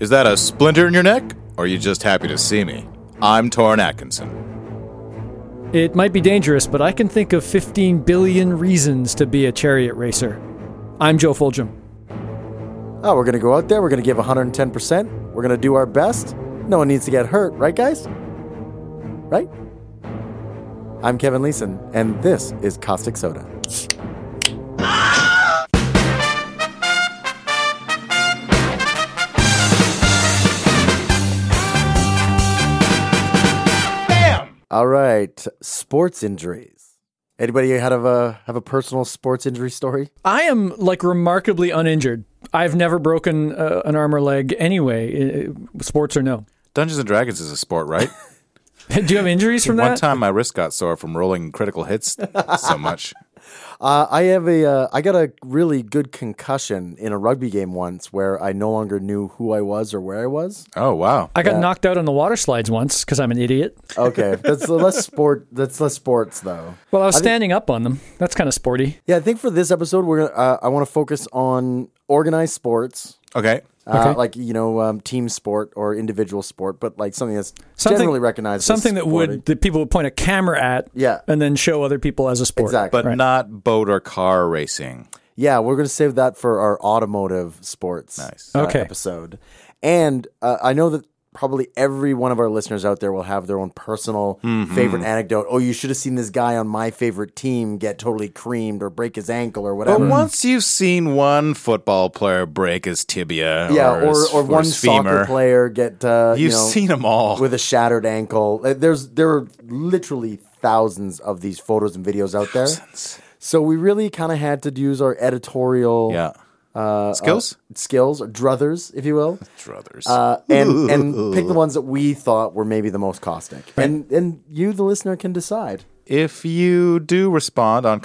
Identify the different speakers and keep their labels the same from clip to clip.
Speaker 1: Is that a splinter in your neck? Or are you just happy to see me? I'm Torrin Atkinson.
Speaker 2: It might be dangerous, but I can think of 15 billion reasons to be a chariot racer. I'm Joe Fulgham.
Speaker 3: Oh, we're going to go out there. We're going to give 110%. We're going to do our best. No one needs to get hurt, right, guys? Right? I'm Kevin Leeson, and this is Caustic Soda. All right, sports injuries. Anybody had of a have a personal sports injury story?
Speaker 2: I am like remarkably uninjured. I've never broken uh, an arm or leg anyway, uh, sports or no.
Speaker 1: Dungeons and Dragons is a sport, right?
Speaker 2: Do you have injuries from
Speaker 1: One
Speaker 2: that?
Speaker 1: time my wrist got sore from rolling critical hits so much.
Speaker 3: Uh, I have a uh, I got a really good concussion in a rugby game once where I no longer knew who I was or where I was.
Speaker 1: Oh, wow.
Speaker 2: I got knocked out on the water slides once because I'm an idiot.
Speaker 3: Okay, that's less sport. That's less sports though.
Speaker 2: Well, I was standing up on them. That's kind of sporty.
Speaker 3: Yeah, I think for this episode we're gonna, uh, I want to focus on organized sports.
Speaker 1: Okay.
Speaker 3: Uh,
Speaker 2: Okay.
Speaker 3: Like you know, um, team sport or individual sport, but like something that's
Speaker 2: Something-
Speaker 3: generally recognized. as
Speaker 2: Something that
Speaker 3: sporty.
Speaker 2: would that people would point a camera at,
Speaker 3: Yeah.
Speaker 2: and then show other people as a sport.
Speaker 3: exactly.
Speaker 1: But not boat or car racing.
Speaker 3: Yeah, we're going to save that for our automotive sports
Speaker 1: Nice.
Speaker 3: uh,
Speaker 2: Okay.
Speaker 3: episode. And uh, I know that probably every one of our listeners out there will have their own personal
Speaker 1: Mm-hmm.
Speaker 3: favorite anecdote. Oh, you should have seen this guy on my favorite team get totally creamed or break his ankle or
Speaker 1: But
Speaker 3: whatever.
Speaker 1: once you've seen one football player break his tibia,
Speaker 3: yeah,
Speaker 1: or,
Speaker 3: or,
Speaker 1: his-
Speaker 3: or one
Speaker 1: his
Speaker 3: soccer
Speaker 1: femur,
Speaker 3: player get uh, you
Speaker 1: you've 'em
Speaker 3: know,
Speaker 1: seen them all.
Speaker 3: with a shattered ankle. Uh, There's there are literally thousands of these photos and videos out there. So we really kind of had to use our editorial
Speaker 1: yeah,
Speaker 3: uh,
Speaker 1: skills,
Speaker 3: skills or druthers, if you will.
Speaker 1: brothers.
Speaker 3: uh, and and pick the ones that we thought were maybe the most caustic. And and you, the listener, can decide.
Speaker 1: If you do respond on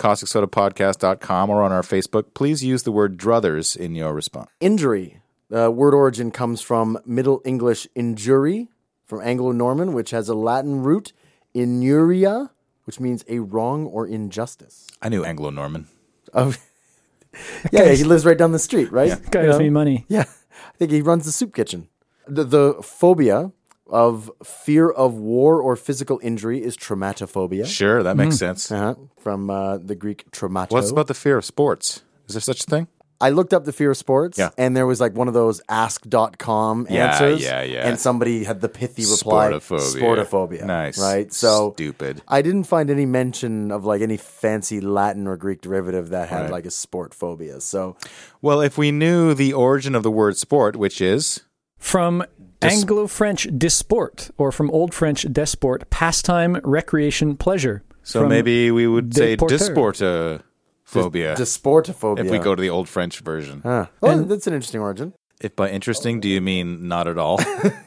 Speaker 1: causticsodapodcast.com or on our Facebook, please use the word druthers in your response.
Speaker 3: Injury. The word origin comes from Middle English injury, from Anglo-Norman, which has a Latin root inuria, which means a wrong or injustice.
Speaker 1: I knew Anglo Norman.
Speaker 3: Oh, yeah, yeah, he lives right down the street, right?
Speaker 2: Guy owes me money.
Speaker 3: Yeah, I think he runs the soup kitchen. The, the phobia of fear of war or physical injury is traumatophobia.
Speaker 1: Sure, that makes sense.
Speaker 3: Uh-huh, from uh, the Greek traumato.
Speaker 1: What's about the fear of sports? Is there such a thing?
Speaker 3: I looked up the fear of sports
Speaker 1: Yeah.
Speaker 3: and there was like one of those ask.com
Speaker 1: Yeah,
Speaker 3: answers.
Speaker 1: yeah, yeah.
Speaker 3: And somebody had the pithy reply
Speaker 1: Sportophobia.
Speaker 3: sportophobia.
Speaker 1: Nice.
Speaker 3: Right. So
Speaker 1: Stupid.
Speaker 3: I didn't find any mention of like any fancy Latin or Greek derivative that had
Speaker 1: Right.
Speaker 3: like a sport phobia. So
Speaker 1: Well, if we knew the origin of the word sport, which is
Speaker 2: From Anglo-French disport, or from Old French desport, pastime, recreation, pleasure.
Speaker 1: so
Speaker 2: From-
Speaker 1: maybe we would say
Speaker 2: deporter.
Speaker 1: disportophobia
Speaker 3: disportophobia.
Speaker 1: if we go to the old French version.
Speaker 3: Huh. Well, that's an interesting origin.
Speaker 1: If by interesting do you mean not at all?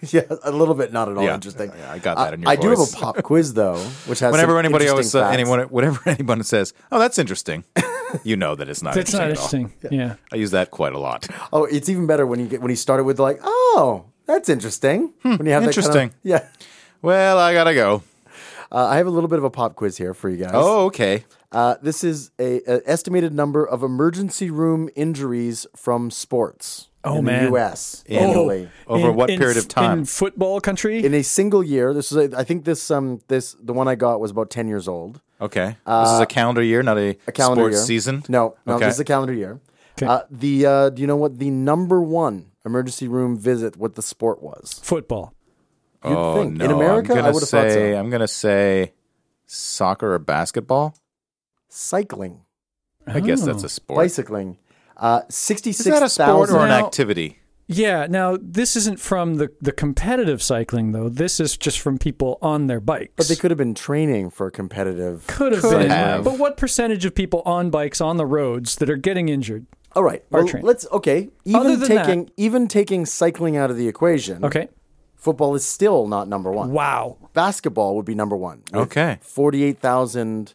Speaker 3: Yeah, a little bit not at all
Speaker 1: Yeah.
Speaker 3: interesting.
Speaker 1: Yeah, I got that in your
Speaker 3: I do have a
Speaker 1: voice.
Speaker 3: pop quiz though, which has
Speaker 1: whenever
Speaker 3: some
Speaker 1: anybody always
Speaker 3: interesting
Speaker 1: uh,
Speaker 3: facts.
Speaker 1: anyone whenever anyone says, "Oh, that's interesting," you know that it's not.
Speaker 2: That's
Speaker 1: interesting
Speaker 2: not
Speaker 1: at all.
Speaker 2: interesting. Yeah.
Speaker 1: I use that quite a lot.
Speaker 3: Oh, it's even better when you get when he started with like, oh, that's interesting. when you have That kind
Speaker 1: Hmm, interesting.
Speaker 3: of, yeah.
Speaker 1: Well, I gotta go.
Speaker 3: Uh, I have a little bit of a pop quiz here for you guys.
Speaker 1: Oh, okay.
Speaker 3: Uh, this is a, a estimated number of emergency room injuries from sports
Speaker 2: Oh,
Speaker 3: in
Speaker 2: man.
Speaker 3: the U.S.
Speaker 1: In-
Speaker 3: annually.
Speaker 1: Over
Speaker 2: Oh, In-
Speaker 1: what
Speaker 2: in
Speaker 1: period
Speaker 2: f-
Speaker 1: of time?
Speaker 2: In football country?
Speaker 3: In a single year, this is a, I think this um this the one I got was about ten years old.
Speaker 1: okay. this is a calendar year, not a,
Speaker 3: Uh, A calendar
Speaker 1: sports
Speaker 3: year.
Speaker 1: season.
Speaker 3: No, no,
Speaker 1: Okay.
Speaker 3: this is a calendar year.
Speaker 2: Okay.
Speaker 3: Uh, the uh, do you know what the number one emergency room visit? What the sport was?
Speaker 2: football.
Speaker 3: You'd
Speaker 1: oh,
Speaker 3: think
Speaker 1: No,
Speaker 3: in America,
Speaker 1: I'm
Speaker 3: I
Speaker 1: gonna
Speaker 3: would have
Speaker 1: say
Speaker 3: thought so.
Speaker 1: I'm gonna say soccer or basketball.
Speaker 3: Cycling.
Speaker 1: I guess
Speaker 2: Oh.
Speaker 1: that's a sport.
Speaker 3: bicycling. Uh,
Speaker 1: Is that a sport
Speaker 3: 66,000.
Speaker 1: or an
Speaker 2: Now-
Speaker 1: activity?
Speaker 2: Yeah. Now this isn't from the the competitive cycling though. This is just from people on their bikes.
Speaker 3: But they could have been training for competitive.
Speaker 2: could have
Speaker 1: could
Speaker 2: been.
Speaker 1: have.
Speaker 2: But what percentage of people on bikes on the roads that are getting injured?
Speaker 3: All right.
Speaker 2: Or
Speaker 3: Well,
Speaker 2: train.
Speaker 3: let's okay.
Speaker 2: Other
Speaker 3: Even
Speaker 2: than that-
Speaker 3: taking even taking cycling out of the equation,
Speaker 2: Okay.
Speaker 3: football is still not number one.
Speaker 2: Wow.
Speaker 3: Basketball would be number one. with
Speaker 1: Okay.
Speaker 3: Forty-eight thousand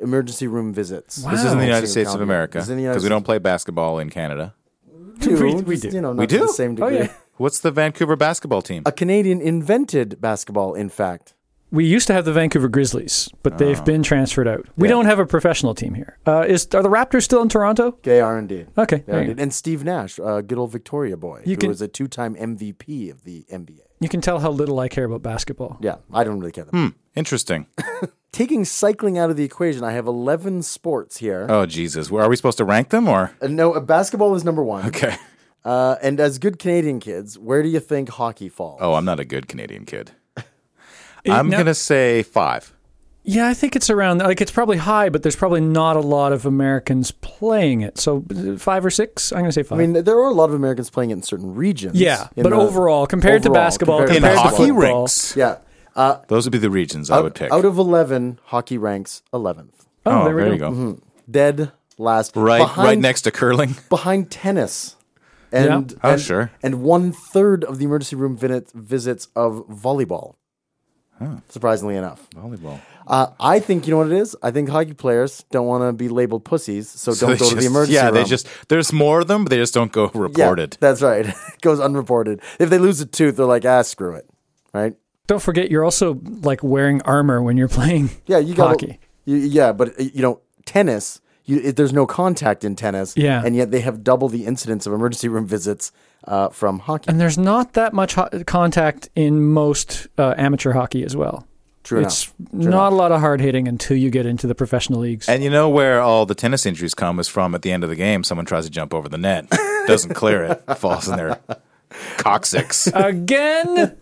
Speaker 3: emergency room visits.
Speaker 2: Wow.
Speaker 1: This is in the United
Speaker 3: Same
Speaker 1: States of
Speaker 3: calendar.
Speaker 1: America
Speaker 3: This is in the United
Speaker 1: because we don't play basketball in Canada.
Speaker 3: States.
Speaker 2: We- we
Speaker 3: Just,
Speaker 2: do.
Speaker 3: You know, not
Speaker 1: We
Speaker 3: to
Speaker 1: do?
Speaker 3: the same
Speaker 2: Oh
Speaker 3: degree.
Speaker 2: yeah.
Speaker 1: What's the Vancouver basketball team?
Speaker 3: A Canadian invented basketball. In fact,
Speaker 2: We used to have the Vancouver Grizzlies, but they've been transferred out. We
Speaker 3: Oh. Yeah.
Speaker 2: don't have a professional team here. Uh, is are the Raptors still in Toronto?
Speaker 3: They are indeed.
Speaker 2: Okay,
Speaker 3: They are
Speaker 2: there you,
Speaker 3: indeed. And Steve Nash, uh, good old Victoria boy,
Speaker 2: You
Speaker 3: who
Speaker 2: can-
Speaker 3: was a two-time MVP of the NBA.
Speaker 2: go. You can tell how little I care about basketball.
Speaker 3: Yeah, I don't really care.
Speaker 1: Hmm.
Speaker 3: That. much.
Speaker 1: Interesting.
Speaker 3: Taking cycling out of the equation, I have 11 sports here.
Speaker 1: Oh Jesus, Well, are we supposed to rank them or?
Speaker 3: Uh, no, uh, basketball was number one.
Speaker 1: Okay.
Speaker 3: Uh, and as good Canadian kids, where do you think hockey falls?
Speaker 1: Oh, I'm not a good Canadian kid. I'm gonna say five.
Speaker 2: Yeah, I think it's around like it's probably high, but there's probably not a lot of Americans playing it. So uh, five or six. I'm going to say five.
Speaker 3: I mean, there are a lot of Americans playing it in certain regions.
Speaker 2: yeah,
Speaker 3: In
Speaker 2: but
Speaker 3: the-
Speaker 2: overall, compared to
Speaker 3: overall,
Speaker 2: basketball,
Speaker 3: compared
Speaker 1: In
Speaker 3: to
Speaker 2: compared to
Speaker 1: hockey
Speaker 2: football,
Speaker 1: rinks,
Speaker 3: yeah. Uh,
Speaker 1: those would be the regions I would pick.
Speaker 3: out of 11, hockey ranks 11th.
Speaker 2: Oh,
Speaker 1: oh,
Speaker 2: there we go.
Speaker 1: you go.
Speaker 3: Dead last.
Speaker 1: Right, right
Speaker 3: Mm-hmm. Behind-
Speaker 1: next to curling.
Speaker 3: behind tennis. And,
Speaker 1: Oh,
Speaker 3: and-
Speaker 1: sure.
Speaker 3: And one third of the emergency room visit, visits of volleyball. Surprisingly enough,
Speaker 1: Volleyball.
Speaker 3: uh, I think you know what it is. I think hockey players don't want to be labeled pussies, so,
Speaker 1: So
Speaker 3: don't
Speaker 1: they
Speaker 3: go to the
Speaker 1: just-
Speaker 3: emergency
Speaker 1: Yeah,
Speaker 3: room.
Speaker 1: they just there's more of them, but they just don't go
Speaker 3: Yeah,
Speaker 1: reported.
Speaker 3: that's right. it goes unreported. If they lose a tooth, they're like, ah, screw it, right?
Speaker 2: Don't forget, you're also like wearing armor when you're playing.
Speaker 3: Yeah, you got
Speaker 2: hockey.
Speaker 3: yeah, but uh, you know, tennis. You, it, there's no contact in tennis.
Speaker 2: Yeah.
Speaker 3: and yet they have double the incidence of emergency room visits uh, from hockey.
Speaker 2: And there's not that much ho- contact in most uh, amateur hockey as well.
Speaker 3: True
Speaker 2: it's
Speaker 3: enough.
Speaker 2: not a lot of hard hitting until you get into the professional leagues.
Speaker 1: And you know where all the tennis injuries come is from at the end of the game. Someone tries to jump over the net, doesn't clear it, falls in their coccyx.
Speaker 2: Again,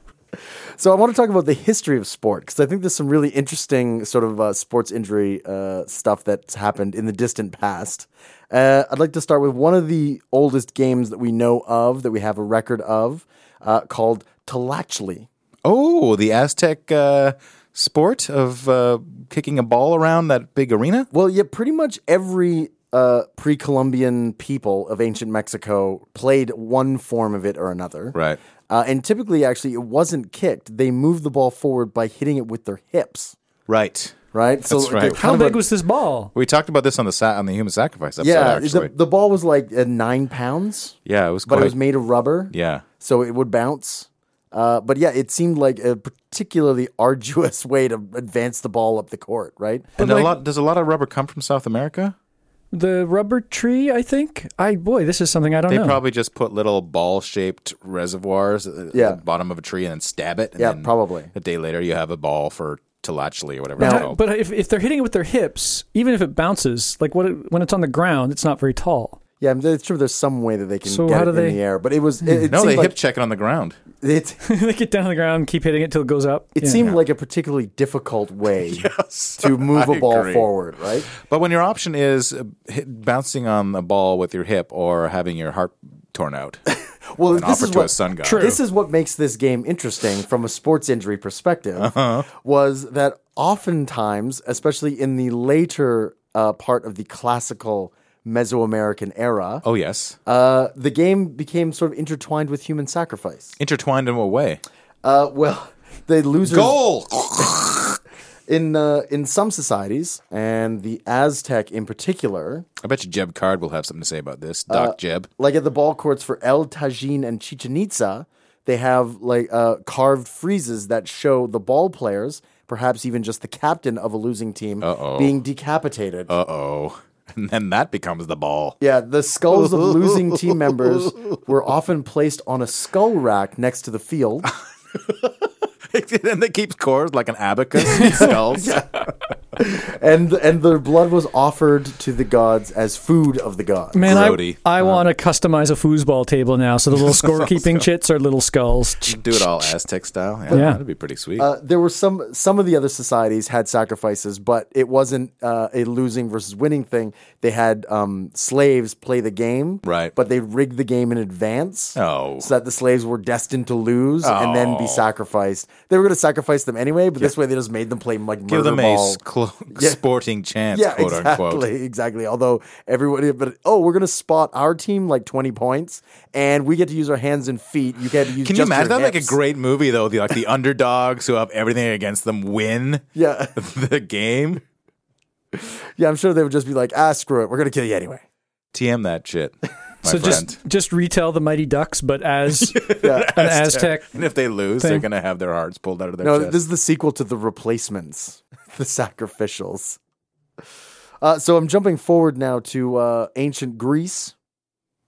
Speaker 3: So I want to talk about the history of sport because I think there's some really interesting sort of uh, sports injury uh, stuff that's happened in the distant past. Uh, I'd like to start with one of the oldest games that we know of that we have a record of uh, called Tlachli.
Speaker 1: Oh, the Aztec uh, sport of uh, kicking a ball around that big arena.
Speaker 3: Well, yeah, pretty much every uh, pre-Columbian people of ancient Mexico played one form of it or another.
Speaker 1: Right.
Speaker 3: Uh, and typically, actually, it wasn't kicked. They moved the ball forward by hitting it with their hips.
Speaker 1: Right.
Speaker 3: Right. so
Speaker 1: That's
Speaker 3: like, they're
Speaker 1: right.
Speaker 2: how
Speaker 3: kind of
Speaker 2: big
Speaker 3: a-
Speaker 2: was this ball?
Speaker 1: We talked about this on the sa- on the human sacrifice episode.
Speaker 3: Yeah,
Speaker 1: actually,
Speaker 3: the, the ball was like uh, nine pounds,
Speaker 1: yeah, it was
Speaker 3: but
Speaker 1: quite.
Speaker 3: it was made of rubber.
Speaker 1: yeah,
Speaker 3: So it would bounce. Uh, but yeah, it seemed like a particularly arduous way to advance the ball up the court, right?
Speaker 1: and
Speaker 2: like-
Speaker 1: a lot does a lot of rubber come from South America?
Speaker 2: The rubber tree, I think. I boy, this is something I don't
Speaker 3: Oh,
Speaker 1: They
Speaker 2: know.
Speaker 1: probably just put little ball shaped reservoirs uh, at
Speaker 3: Yeah.
Speaker 1: the bottom of a tree and then stab it. And
Speaker 3: Yeah,
Speaker 1: then
Speaker 3: probably.
Speaker 1: A day later, you have a ball for Tlachli or whatever
Speaker 3: Now-
Speaker 1: it's
Speaker 2: Uh,
Speaker 1: called.
Speaker 2: but if, if they're hitting it with their hips, even if it bounces, like what it, when it's on the ground, it's not very tall.
Speaker 3: Yeah, it's true. There's some way that they can
Speaker 2: So
Speaker 3: get
Speaker 2: how
Speaker 3: it
Speaker 2: do
Speaker 3: in
Speaker 2: they-
Speaker 3: the air, but it was it, it
Speaker 1: no,
Speaker 3: seemed
Speaker 1: they
Speaker 3: like
Speaker 1: hip check it on the ground.
Speaker 3: it,
Speaker 2: they get down on the ground, keep hitting it till it goes up.
Speaker 3: it
Speaker 2: Yeah.
Speaker 3: seemed like a particularly difficult way to move a
Speaker 1: I
Speaker 3: ball
Speaker 1: agree.
Speaker 3: forward, right?
Speaker 1: But when your option is uh, hit, bouncing on a ball with your hip or having your heart torn out,
Speaker 3: Well,
Speaker 1: an
Speaker 3: this
Speaker 1: offer
Speaker 3: is
Speaker 1: to
Speaker 3: what
Speaker 1: a sun god.
Speaker 2: True.
Speaker 3: This is what makes this game interesting from a sports injury perspective was that oftentimes, especially in the later uh, part of the classical Mesoamerican era,
Speaker 1: Oh yes,
Speaker 3: uh, the game became sort of intertwined with human sacrifice.
Speaker 1: intertwined in what way?
Speaker 3: Uh, well, the losers
Speaker 1: Goal.
Speaker 3: in uh, in some societies, and the Aztec in particular,
Speaker 1: I bet you Jeb Card will have something to say about this.
Speaker 3: Uh,
Speaker 1: Doc Jeb.
Speaker 3: like at the ball courts for El Tajin and Chichen Itza, they have like uh, carved friezes that show the ball players, perhaps even just the captain of a losing team, being decapitated.
Speaker 1: Uh oh. And then that becomes the ball.
Speaker 3: yeah, the skulls of losing team members were often placed on a skull rack next to the field.
Speaker 1: and they keep scores like an abacus skulls.
Speaker 3: and and their blood was offered to the gods as food of the gods.
Speaker 2: Man,
Speaker 1: Grody. Uh-huh.
Speaker 2: I, I want to customize a foosball table now, so the little scorekeeping chits are little skulls.
Speaker 1: Do it all Aztec style. Yeah,
Speaker 2: Yeah.
Speaker 1: that'd be pretty sweet.
Speaker 3: Uh, there were some some of the other societies had sacrifices, but it wasn't uh, a losing versus winning thing. They had um, slaves play the game,
Speaker 1: Right.
Speaker 3: But they rigged the game in advance,
Speaker 1: Oh.
Speaker 3: so that the slaves were destined to lose and then be sacrificed. They were going to sacrifice them anyway, but this way they just made them play like murder
Speaker 1: Give them a
Speaker 3: ball.
Speaker 1: clo- sporting chance,
Speaker 3: yeah,
Speaker 1: quote
Speaker 3: exactly,
Speaker 1: unquote.
Speaker 3: exactly. Although everybody, but oh, we're gonna spot our team like twenty points, and we get to use our hands and feet. You get to use.
Speaker 1: Can you
Speaker 3: just your
Speaker 1: imagine that? Like a
Speaker 3: hips.
Speaker 1: great movie, though. The, like the underdogs who have everything against them win
Speaker 3: Yeah,
Speaker 1: the game.
Speaker 3: yeah. I'm sure they would just be like, ah, screw it, we're gonna kill you anyway.
Speaker 1: TM that shit. my
Speaker 2: so
Speaker 1: friend.
Speaker 2: just just retell the Mighty Ducks, but as an Aztec.
Speaker 1: and if they lose, they're
Speaker 2: Thing.
Speaker 1: going to have their hearts pulled out of their
Speaker 3: No,
Speaker 1: chest.
Speaker 3: this is the sequel to the replacements, the sacrificials. Uh, so I'm jumping forward now to uh, ancient Greece,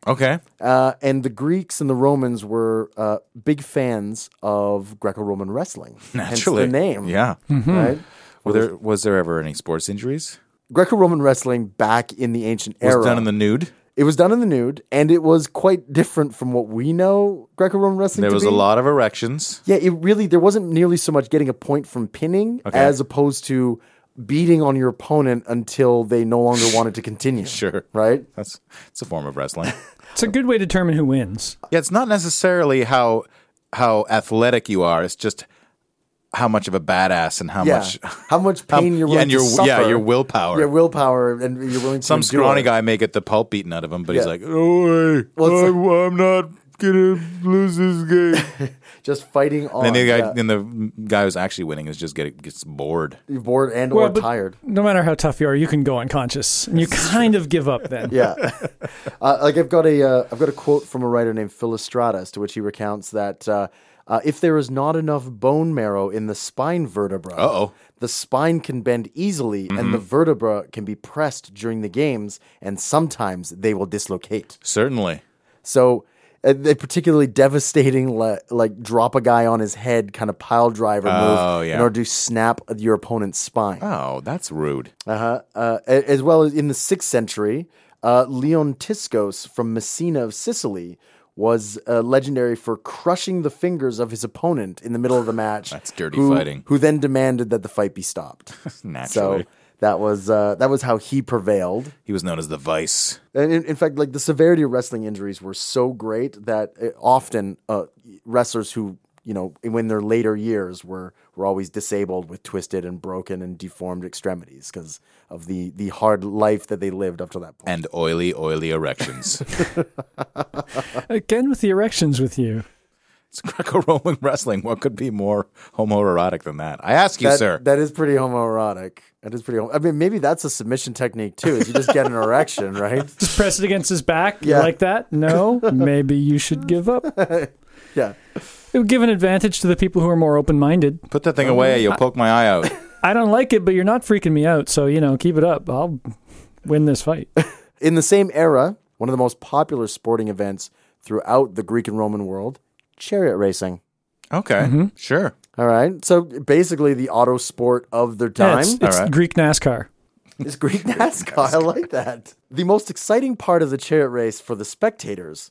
Speaker 1: okay.
Speaker 3: uh, and the Greeks and the Romans were uh, big fans of Greco-Roman wrestling.
Speaker 1: Naturally.
Speaker 3: hence the name.
Speaker 1: Yeah.
Speaker 2: Hmm.
Speaker 1: Hmm.
Speaker 3: right?
Speaker 1: Were there, was there ever any sports injuries?
Speaker 3: Greco-Roman wrestling back in the ancient
Speaker 1: Was
Speaker 3: era.
Speaker 1: done in the nude.
Speaker 3: it was done in the nude, and it was quite different from what we know Greco-Roman wrestling.
Speaker 1: There
Speaker 3: to
Speaker 1: was a
Speaker 3: be.
Speaker 1: lot of erections.
Speaker 3: Yeah, it really there wasn't nearly so much getting a point from pinning
Speaker 1: Okay.
Speaker 3: as opposed to beating on your opponent until they no longer wanted to continue.
Speaker 1: Sure.
Speaker 3: Right?
Speaker 1: That's it's a form of wrestling.
Speaker 2: It's a good way to determine who wins.
Speaker 1: yeah, it's not necessarily how how athletic you are. It's just how much of a badass and how
Speaker 3: yeah.
Speaker 1: much
Speaker 3: How much
Speaker 1: how-
Speaker 3: pain you're
Speaker 1: yeah,
Speaker 3: willing
Speaker 1: and your
Speaker 3: to suffer.
Speaker 1: yeah your willpower.
Speaker 3: Your willpower and you're willing to
Speaker 1: Some
Speaker 3: endure.
Speaker 1: scrawny guy may get the pulp beaten out of him, but he's
Speaker 3: Yeah.
Speaker 1: like, "Oh,
Speaker 3: Well, it's-
Speaker 1: I'm, I'm not gonna lose this game."
Speaker 3: just fighting on
Speaker 1: and the guy,
Speaker 3: yeah,
Speaker 1: and the guy who's actually winning is just get gets bored.
Speaker 3: you're bored and or
Speaker 2: but
Speaker 3: tired.
Speaker 2: No matter how tough you are, you can go unconscious, and you kind of give up then.
Speaker 3: yeah. Uh, like I've got a uh, I've got a quote from a writer named Philostratus to which he recounts that uh, uh, if there is not enough bone marrow in the spine vertebra,
Speaker 1: Uh-oh. Mm-hmm.
Speaker 3: the spine can bend easily and the vertebra can be pressed during the games, and sometimes they will dislocate.
Speaker 1: Certainly.
Speaker 3: So. A, a particularly devastating, le- like drop a guy on his head, kind of pile driver
Speaker 1: Oh,
Speaker 3: move
Speaker 1: yeah.
Speaker 3: in order to snap your opponent's spine.
Speaker 1: Oh, that's rude.
Speaker 3: Uh-huh. Uh, a- as well as in the sixth century, uh, Leon Tiscos from Messina of Sicily was uh, legendary for crushing the fingers of his opponent in the middle of the match.
Speaker 1: That's dirty
Speaker 3: who-
Speaker 1: fighting.
Speaker 3: Who then demanded that the fight be stopped. so
Speaker 1: Naturally.
Speaker 3: that was uh, that was how he prevailed.
Speaker 1: He was known as the Vice.
Speaker 3: And in, in fact, like the severity of wrestling injuries were so great that uh often uh, wrestlers who you know when their later years were were always disabled with twisted and broken and deformed extremities because of the the hard life that they lived up to that point.
Speaker 1: and oily, oily erections.
Speaker 2: Again with the erections with you.
Speaker 1: it's Greco-Roman wrestling. What could be more homoerotic than that? I ask you,
Speaker 3: That-
Speaker 1: sir.
Speaker 3: that is pretty homoerotic. That is pretty. Homo- I mean, maybe that's a submission technique too. Is you just get an erection, right?
Speaker 2: Just press it against his back. You
Speaker 3: Yeah.
Speaker 2: like that? No. Maybe you should give up. It
Speaker 3: Yeah.
Speaker 2: would give an advantage to the people who are more open-minded.
Speaker 1: Put that thing away. You'll poke my eye out.
Speaker 2: I don't like it, but you're not freaking me out. So you know, keep it up. I'll win this fight.
Speaker 3: In the same era, one of the most popular sporting events throughout the Greek and Roman world, chariot racing.
Speaker 1: Okay,
Speaker 3: Mm-hmm.
Speaker 1: sure.
Speaker 3: All right. So basically, the auto sport of their
Speaker 2: Yeah,
Speaker 3: time
Speaker 2: it's it's
Speaker 1: right.
Speaker 2: Greek NASCAR.
Speaker 3: is Greek NASCAR. I like that. The most exciting part of the chariot race for the spectators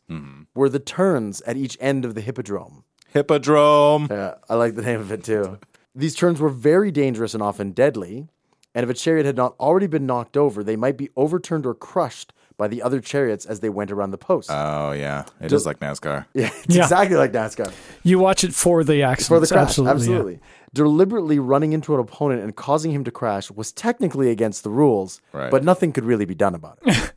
Speaker 3: were the turns at each end of the hippodrome.
Speaker 1: Hippodrome.
Speaker 3: Yeah, I like the name of it too. These turns were very dangerous and often deadly. And if a chariot had not already been knocked over, they might be overturned or crushed by the other chariots as they went around the post.
Speaker 1: Oh yeah, it is like NASCAR.
Speaker 3: yeah, it's
Speaker 2: Yeah.
Speaker 3: exactly like NASCAR.
Speaker 2: You watch it for the accidents.
Speaker 3: for the crash.
Speaker 2: Absolutely.
Speaker 3: Absolutely.
Speaker 2: yeah.
Speaker 3: Deliberately running into an opponent and causing him to crash was technically against the rules,
Speaker 1: Right.
Speaker 3: but nothing could really be done about it.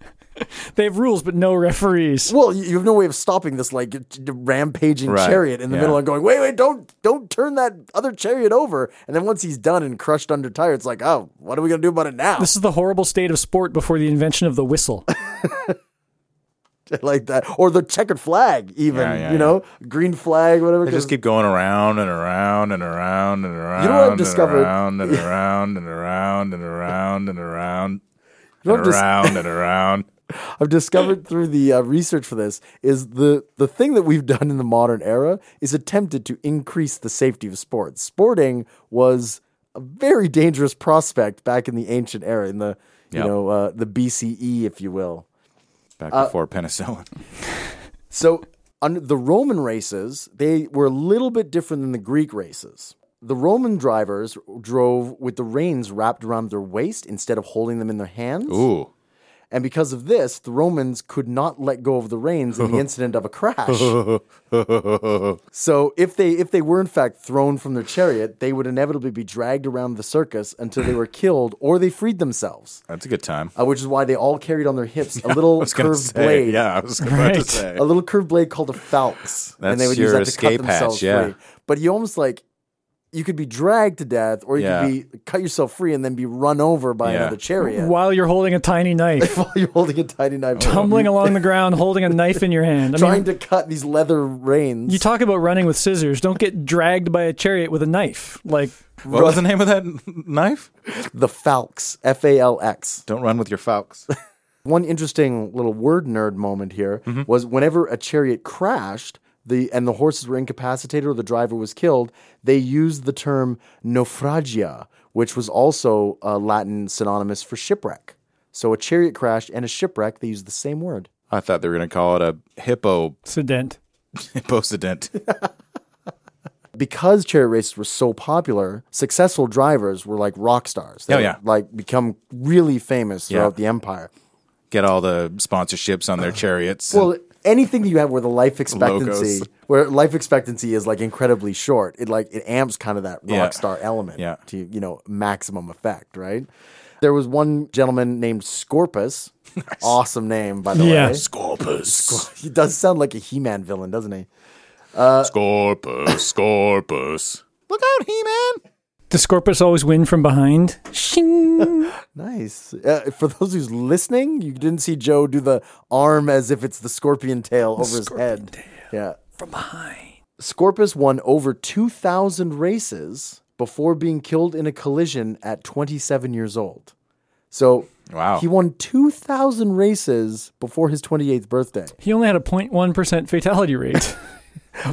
Speaker 2: They have rules, but no referees.
Speaker 3: well, you you have no way of stopping this like t- t- rampaging
Speaker 1: Right,
Speaker 3: chariot in the
Speaker 1: yeah.
Speaker 3: middle and going, "Wait, wait, don't don't turn that other chariot over." And then once he's done and crushed under tire, it's like, "Oh, what are we going to do about it now?"
Speaker 2: This is the horrible state of sport before the invention of the whistle.
Speaker 3: like that or the checkered flag even,
Speaker 1: Yeah, yeah,
Speaker 3: you know, green flag whatever.
Speaker 1: They
Speaker 3: 'cause-
Speaker 1: just keep going around and around and around and around.
Speaker 3: know what I've
Speaker 1: and
Speaker 3: discovered?
Speaker 1: Around and around and around and around and around.
Speaker 3: know
Speaker 1: and
Speaker 3: what I've
Speaker 1: around and around.
Speaker 3: I've discovered through the uh, research for this is the the thing that we've done in the modern era is attempted to increase the safety of sports. Sporting was a very dangerous prospect back in the ancient era, in the you
Speaker 1: Yep.
Speaker 3: know uh, the BCE, if you will.
Speaker 1: Back
Speaker 3: Uh,
Speaker 1: before penicillin.
Speaker 3: So on the Roman races, they were a little bit different than the Greek races. The Roman drivers drove with the reins wrapped around their waist instead of holding them in their hands.
Speaker 1: Ooh.
Speaker 3: And because of this, the Romans could not let go of the reins in the incident of a crash. so if they if they were in fact thrown from their chariot, they would inevitably be dragged around the circus until they were killed or they freed themselves.
Speaker 1: That's a good time.
Speaker 3: Uh, which is why they all carried on their hips a little
Speaker 1: I was gonna
Speaker 3: curved
Speaker 1: say.
Speaker 3: blade.
Speaker 1: Yeah, I was about to
Speaker 2: Right.
Speaker 1: say.
Speaker 3: A little curved blade called a falx.
Speaker 1: That's your escape hatch, yeah.
Speaker 3: But you almost like you could be dragged to death, or you
Speaker 1: Yeah.
Speaker 3: could be cut yourself free and then be run over by
Speaker 1: Yeah.
Speaker 3: another chariot
Speaker 2: While you're holding a tiny knife,
Speaker 3: while you're holding a tiny knife,
Speaker 2: tumbling along the ground, holding a knife in your hand. I mean,
Speaker 3: trying to cut these leather reins.
Speaker 2: you talk about running with scissors. Don't get dragged by a chariot with a knife. Like,
Speaker 1: What was the name of that knife?
Speaker 3: the Falx, F A L X.
Speaker 1: Don't run with your falcons.
Speaker 3: One interesting little word nerd moment here
Speaker 1: Mm-hmm.
Speaker 3: was whenever a chariot crashed, the and the horses were incapacitated or the driver was killed, they used the term naufragia, which was also a Latin synonymous for shipwreck. So a chariot crash and a shipwreck, they used the same word.
Speaker 1: I thought they were going to call it a hippo
Speaker 2: sedent.
Speaker 1: hippocident.
Speaker 3: Because chariot races were so popular, successful drivers were like rock stars. They
Speaker 1: Oh, yeah.
Speaker 3: would, like become really famous
Speaker 1: Yeah.
Speaker 3: throughout the empire.
Speaker 1: Get all the sponsorships on their chariots.
Speaker 3: Uh, Well, anything that you have where the life expectancy,
Speaker 1: Logos.
Speaker 3: where life expectancy is like incredibly short, it like it amps kind of that rock
Speaker 1: Yeah.
Speaker 3: star element
Speaker 1: Yeah.
Speaker 3: to you know maximum effect, right? There was one gentleman named Scorpus, awesome name by the
Speaker 2: Yeah.
Speaker 3: way.
Speaker 1: Scorpus.
Speaker 3: He does sound like a He-Man villain, doesn't he?
Speaker 1: Scorpus. Scorpus. Look out, He Man.
Speaker 2: Does Scorpus always win from behind? Shing.
Speaker 3: Nice. Uh, for those who's listening, you didn't see Joe do the arm as if it's the scorpion tail over his head. Yeah.
Speaker 2: from behind.
Speaker 3: Scorpus won over 2,000 races before being killed in a collision at 27 years old. So
Speaker 1: Wow.
Speaker 3: he won 2,000 races before his 28th birthday.
Speaker 2: He only had a 0.1% fatality rate.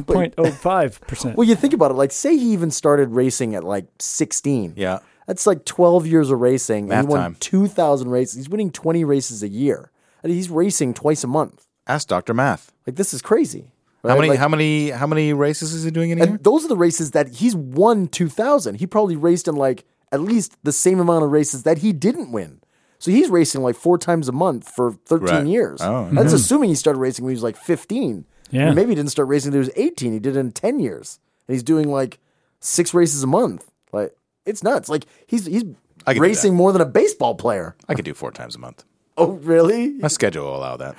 Speaker 2: 0.05%.
Speaker 3: Well, you think about it, like, say he even started racing at like 16.
Speaker 1: Yeah.
Speaker 3: That's like 12 years of racing. and
Speaker 1: Math
Speaker 3: he won
Speaker 1: time.
Speaker 3: 2,000 races. He's winning 20 races a year. And he's racing twice a month.
Speaker 1: Ask Dr. Math.
Speaker 3: Like, this is crazy.
Speaker 1: How
Speaker 3: right?
Speaker 1: many,
Speaker 3: Like-
Speaker 1: how many, how many races is he doing in a year?
Speaker 3: And those are the races that he's won 2000. He probably raced in like at least the same amount of races that he didn't win. So he's racing like four times a month for 13
Speaker 1: Right.
Speaker 3: years.
Speaker 1: Oh,
Speaker 3: That's assuming he started racing when he was like 15.
Speaker 2: Yeah.
Speaker 3: And maybe he didn't start racing until he was 18. He did it in 10 years. And he's doing like six races a month. Like it's nuts. Like he's he's
Speaker 1: I can do
Speaker 3: racing more than a baseball player.
Speaker 1: I could do four times a month.
Speaker 3: Oh, really?
Speaker 1: My schedule will allow that.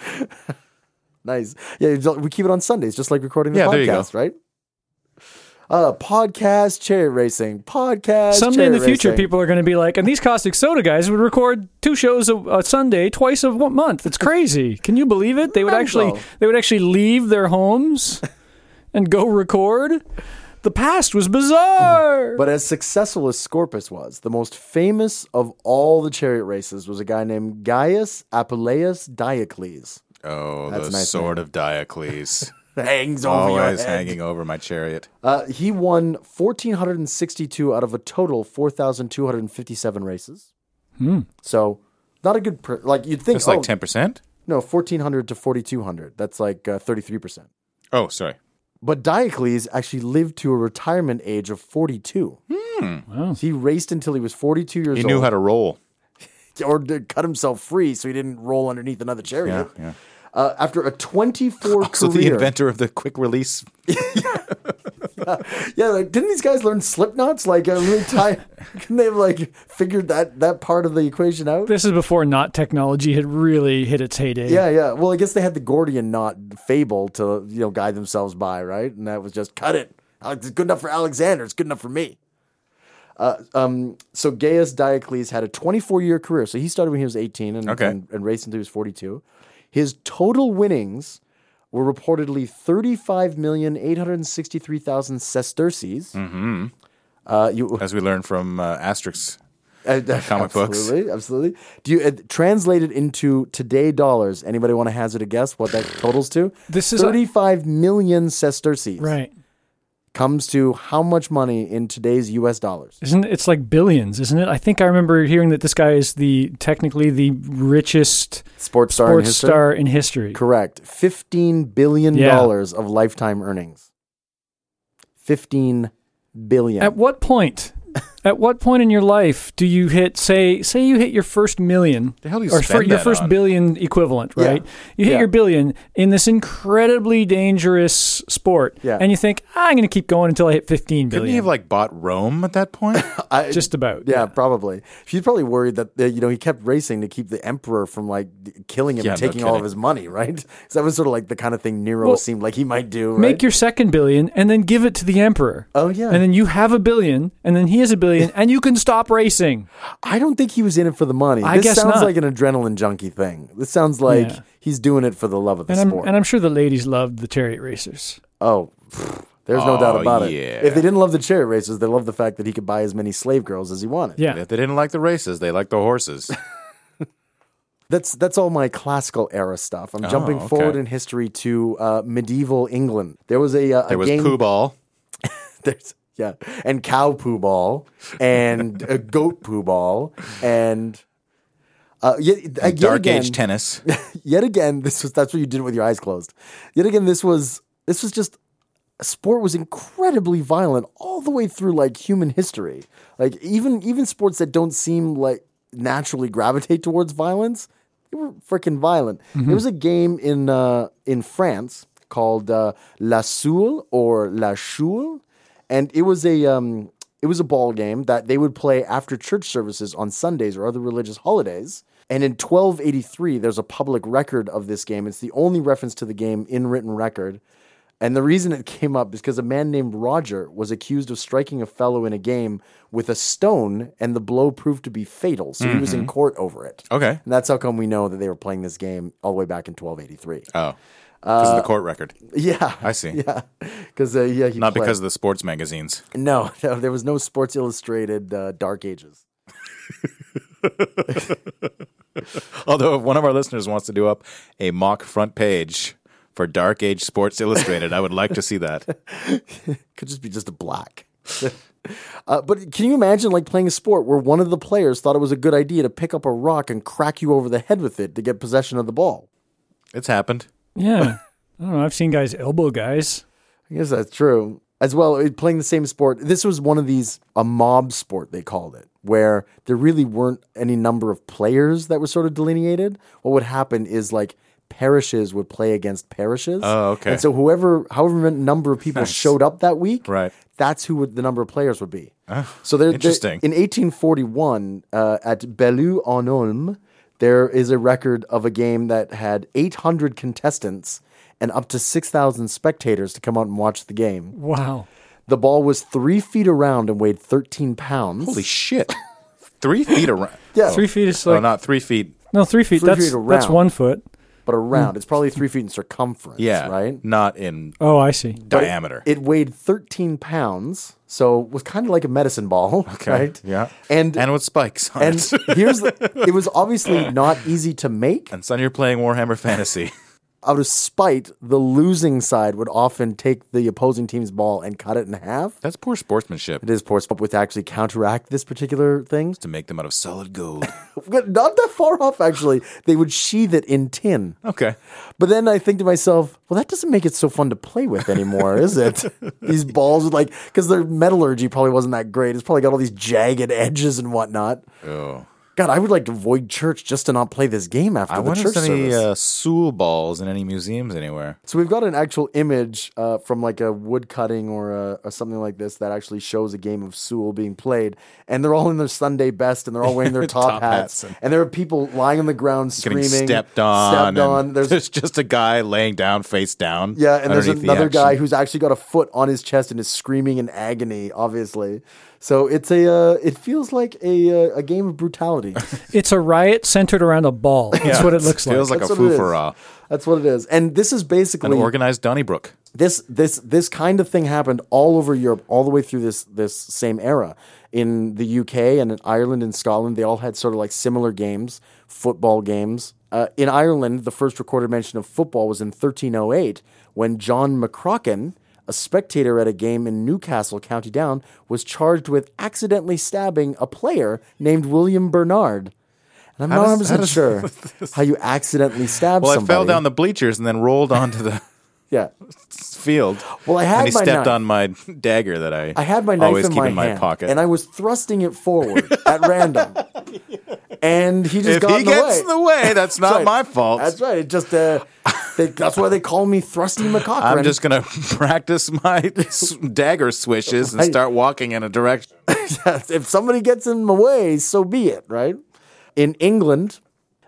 Speaker 3: Nice. Yeah, it's like- we keep it on Sundays, just like recording the
Speaker 1: Yeah,
Speaker 3: podcast,
Speaker 1: there you go.
Speaker 3: right? Uh, podcast chariot racing. Podcast.
Speaker 2: Someday in the
Speaker 3: chariot
Speaker 2: future,
Speaker 3: racing.
Speaker 2: people are going to be like, and these caustic soda guys would record two shows a, a Sunday twice a w- month. It's crazy. Can you believe it? They would actually
Speaker 3: Mental.
Speaker 2: they would actually leave their homes and go record. The past was bizarre.
Speaker 3: But as successful as Scorpus was, the most famous of all the chariot races was a guy named Gaius Apuleius Diocles.
Speaker 1: Oh, the
Speaker 3: That's a nice
Speaker 1: sword of Diocles.
Speaker 3: Hangs over your
Speaker 1: always
Speaker 3: head.
Speaker 1: hanging over my chariot.
Speaker 3: Uh, he won 1,462 out of a total 4,257 races. So, not a good, per- like, you'd think,
Speaker 1: It's Hmm. like
Speaker 3: oh,
Speaker 1: 10%?
Speaker 3: no, 1,400 to 4,200. That's like uh, 33%.
Speaker 1: Oh, sorry.
Speaker 3: But Diocles actually lived to a retirement age of 42. He raced until he was 42 years
Speaker 1: Hmm. He
Speaker 3: old.
Speaker 1: knew how to roll.
Speaker 3: or to cut himself free so he didn't roll underneath another chariot.
Speaker 1: yeah.
Speaker 3: Uh, after a 24
Speaker 1: So the
Speaker 3: career,
Speaker 1: inventor of the quick release.
Speaker 3: yeah, like, didn't these guys learn slip knots? Like, a really tie? Can they have like figured that that part of the equation out?
Speaker 2: this is before not technology had really hit its heyday.
Speaker 3: Yeah, yeah. Well, I guess they had the Gordian knot fable to you know guide themselves by, right? And that was just cut it. Alex- It's good enough for Alexander. It's good enough for me. Uh, um, so Gaius Diocles had a 24 year career. So he started when he was 18 and,
Speaker 1: Okay.
Speaker 3: and, and raced until he was 42. His total winnings were reportedly 35,863,000 sesterces. Mm-hmm. Uh, you,
Speaker 1: as we learned from uh, Asterix.
Speaker 3: uh,
Speaker 1: comic books.
Speaker 3: absolutely, Absolutely. Do you uh, translate it into today dollars? Anybody want to hazard a guess what that totals to?
Speaker 2: This is a-
Speaker 3: thirty-five million sesterces.
Speaker 2: Right.
Speaker 3: Comes to how much money in today's US dollars?
Speaker 2: Isn't it, it's like billions, isn't it? I think I remember hearing that this guy is the technically the richest
Speaker 3: Sports star in
Speaker 2: sports
Speaker 3: history?
Speaker 2: star in history.
Speaker 3: Correct. 15 billion
Speaker 2: Yeah.
Speaker 3: dollars of lifetime earnings. 15 billion.
Speaker 2: At what point At what point in your life do you hit say say you hit your first million
Speaker 1: The hell do you
Speaker 2: or
Speaker 1: spend
Speaker 2: your
Speaker 1: that
Speaker 2: first
Speaker 1: on?
Speaker 2: billion equivalent,
Speaker 3: Yeah.
Speaker 2: right? You hit
Speaker 3: Yeah.
Speaker 2: your billion in this incredibly dangerous sport,
Speaker 3: Yeah.
Speaker 2: and you think I'm going to keep going until I hit
Speaker 1: Couldn't
Speaker 2: 15
Speaker 1: he
Speaker 2: billion.
Speaker 1: have like bought Rome at that point?
Speaker 3: I,
Speaker 2: Just about.
Speaker 3: yeah, probably. She's probably worried that uh, you know he kept racing to keep the emperor from like d- killing him,
Speaker 1: Yeah, no
Speaker 3: and taking all of
Speaker 1: kidding.
Speaker 3: his money, right? 'Cause that was sort of like the kind of thing Nero
Speaker 2: Well,
Speaker 3: seemed like he might do. Right?
Speaker 2: Make your second billion and then give it to the emperor.
Speaker 3: Oh, yeah.
Speaker 2: And then you have a billion and then he has a billion and you can stop racing.
Speaker 3: I don't think he was in it for the money.
Speaker 2: I
Speaker 3: this
Speaker 2: guess
Speaker 3: sounds
Speaker 2: not.
Speaker 3: like an adrenaline junkie thing. This sounds like
Speaker 2: Yeah.
Speaker 3: he's doing it for the love of the
Speaker 2: And I'm
Speaker 3: sport.
Speaker 2: and I'm sure the ladies loved the chariot racers.
Speaker 3: oh, pfft, there's no doubt
Speaker 1: Oh,
Speaker 3: about
Speaker 1: yeah.
Speaker 3: it. If they didn't love the chariot races, they loved the fact that he could buy as many slave girls as he wanted.
Speaker 2: Yeah.
Speaker 1: if they didn't like the races, they liked the horses.
Speaker 3: That's that's all my classical era stuff.
Speaker 2: Oh,
Speaker 3: I'm jumping
Speaker 1: okay.
Speaker 3: forward in history to uh, medieval England. There was a, uh, a
Speaker 1: There was
Speaker 3: game.
Speaker 1: poo ball.
Speaker 3: There's yeah, and cow poo ball, and a goat poo ball, and uh, yet, yet
Speaker 1: Dark
Speaker 3: again,
Speaker 1: Age tennis.
Speaker 3: yet again, this was that's what you did with your eyes closed. Yet again, this was this was just sport was incredibly violent all the way through like human history. Like even even sports that don't seem like naturally gravitate towards violence, they were freaking violent. There was a game in uh, in France called uh, La Soule or La Choule, and it was a um, it was a ball game that they would play after church services on Sundays or other religious holidays. And in 1283, there's a public record of this game. It's the only reference to the game in written record. And the reason it came up is because a man named Roger was accused of striking a fellow in a game with a stone, and the blow proved to be fatal. So he was
Speaker 1: Mm-hmm.
Speaker 3: in court over it.
Speaker 1: Okay.
Speaker 3: And that's how come we know that they were playing this game all the way back in 1283.
Speaker 1: Oh, because of the court record.
Speaker 3: Yeah.
Speaker 1: I see.
Speaker 3: Yeah. Because, uh, yeah, he
Speaker 1: Not
Speaker 3: played.
Speaker 1: because of the sports magazines.
Speaker 3: No, no, there was no Sports Illustrated uh, Dark Ages.
Speaker 1: Although, if one of our listeners wants to do up a mock front page for Dark Age Sports Illustrated, I would like to see that.
Speaker 3: Could just be just a black. uh, but can you imagine like playing a sport where one of the players thought it was a good idea to pick up a rock and crack you over the head with it to get possession of the ball?
Speaker 1: It's happened.
Speaker 2: Yeah. I don't know. I've seen guys elbow guys.
Speaker 3: I guess that's true. As well, it- playing the same sport. This was one of these a mob sport they called it, where there really weren't any number of players that were sort of delineated. What would happen is like parishes would play against parishes.
Speaker 1: Oh, okay.
Speaker 3: And so whoever, however many number of people showed up that week,
Speaker 1: Right.
Speaker 3: That's who would, the number of players would be. so there, there-
Speaker 1: interesting.
Speaker 3: in 1841, uh, at Bellu en Olme, there is a record of a game that had 800 contestants and up to 6,000 spectators to come out and watch the game.
Speaker 2: Wow.
Speaker 3: The ball was three feet around and weighed 13 pounds.
Speaker 1: Holy shit. Three feet around.
Speaker 3: yeah,
Speaker 2: Three feet is
Speaker 1: Oh,
Speaker 2: like
Speaker 1: not three feet.
Speaker 2: no three feet.
Speaker 3: three
Speaker 2: that's
Speaker 3: feet
Speaker 2: that's
Speaker 3: around.
Speaker 2: one foot.
Speaker 3: but around. It's probably three feet in circumference,
Speaker 1: Hmm. Yeah.
Speaker 3: right?
Speaker 1: Not in
Speaker 2: Oh, I see.
Speaker 1: diameter.
Speaker 3: It weighed 13 pounds, so it was kind of like a medicine ball, right?
Speaker 1: Yeah.
Speaker 3: And,
Speaker 1: and with spikes on
Speaker 3: and
Speaker 1: it.
Speaker 3: here's the, it was obviously not easy to make.
Speaker 1: And son, you're playing Warhammer Fantasy.
Speaker 3: out of spite, the losing side would often take the opposing team's ball and cut it in half.
Speaker 1: That's poor sportsmanship
Speaker 3: It is poor sport with actually counteract this particular thing.
Speaker 1: to make them out of solid gold.
Speaker 3: Not that far off, actually. They would sheathe it in tin.
Speaker 1: Okay.
Speaker 3: But then I think to myself, well, that doesn't make it so fun to play with anymore, is it? these balls, with, like, because their metallurgy probably wasn't that great. It's probably got all these jagged edges and whatnot.
Speaker 1: Oh.
Speaker 3: God, I would like to void church just to not play this game after
Speaker 1: I
Speaker 3: the
Speaker 1: wonder
Speaker 3: church
Speaker 1: if there's any
Speaker 3: service.
Speaker 1: uh, Sewell balls in any museums anywhere.
Speaker 3: So we've got an actual image uh, from like a wood cutting or, a, or something like this that actually shows a game of Sewell being played, and they're all in their Sunday best and they're all wearing their top,
Speaker 1: Top
Speaker 3: hats,
Speaker 1: hats and-
Speaker 3: and there are people lying on the ground
Speaker 1: Getting
Speaker 3: screaming,
Speaker 1: stepped on.
Speaker 3: stepped
Speaker 1: and
Speaker 3: on.
Speaker 1: There's,
Speaker 3: There's
Speaker 1: just a guy laying down face down.
Speaker 3: yeah, and there's
Speaker 1: underneath the
Speaker 3: another guy
Speaker 1: action.
Speaker 3: who's actually got a foot on his chest and is screaming in agony, obviously. So it's a uh, it feels like a uh, a game of brutality.
Speaker 2: It's a riot centered around a ball. That's what it looks like.
Speaker 1: Feels like
Speaker 3: That's
Speaker 1: a
Speaker 3: what it is.
Speaker 1: foo-for-ah.
Speaker 3: That's what it is, and this is basically
Speaker 1: An organized Donnybrook.
Speaker 3: this this this kind of thing happened all over Europe, all the way through this this same era. In the UK and in Ireland and Scotland, they all had sort of like similar games, football games. Uh, in Ireland, the first recorded mention of football was in 1308 when John McCrocken, a spectator at a game in Newcastle, County Down, was charged with accidentally stabbing a player named William Bernard. And I'm
Speaker 1: How
Speaker 3: not
Speaker 1: does-
Speaker 3: 100
Speaker 1: how does-
Speaker 3: sure how you accidentally stab
Speaker 1: Well,
Speaker 3: somebody.
Speaker 1: I fell down the bleachers and then rolled onto the
Speaker 3: Yeah.
Speaker 1: field.
Speaker 3: Well, I had
Speaker 1: and he
Speaker 3: my
Speaker 1: stepped
Speaker 3: knife.
Speaker 1: on my dagger that I
Speaker 3: I had my knife
Speaker 1: always
Speaker 3: in,
Speaker 1: keep
Speaker 3: my,
Speaker 1: in my
Speaker 3: hand,
Speaker 1: pocket.
Speaker 3: and I was thrusting it forward at random. And he just
Speaker 1: if
Speaker 3: got
Speaker 1: he
Speaker 3: in the
Speaker 1: gets
Speaker 3: way.
Speaker 1: in the way, that's not
Speaker 3: right.
Speaker 1: my fault.
Speaker 3: That's right. It just uh, they, that's why they call me Thrusty McCochran.
Speaker 1: I'm just gonna practice my s- dagger swishes and
Speaker 3: Right.
Speaker 1: start walking in a direction.
Speaker 3: Yes, if somebody gets in the way, so be it, right? In England,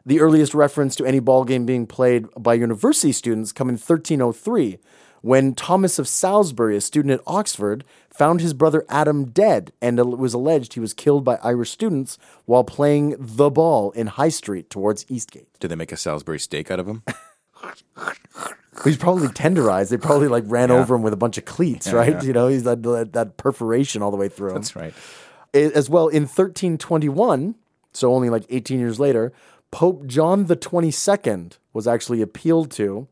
Speaker 3: the earliest reference to any ball game being played by university students come in 1303, when Thomas of Salisbury, a student at Oxford, found his brother Adam dead, and it was alleged he was killed by Irish students while playing the ball in High Street towards Eastgate.
Speaker 1: Did they make a Salisbury steak out of him?
Speaker 3: He's probably tenderized. They probably like ran over him with a bunch of cleats, right?
Speaker 1: yeah.
Speaker 3: You know, he's that, that that perforation all the way through. him.
Speaker 1: That's right.
Speaker 3: I- as well in 1321 so only like 18 years later pope john the 22nd was actually appealed to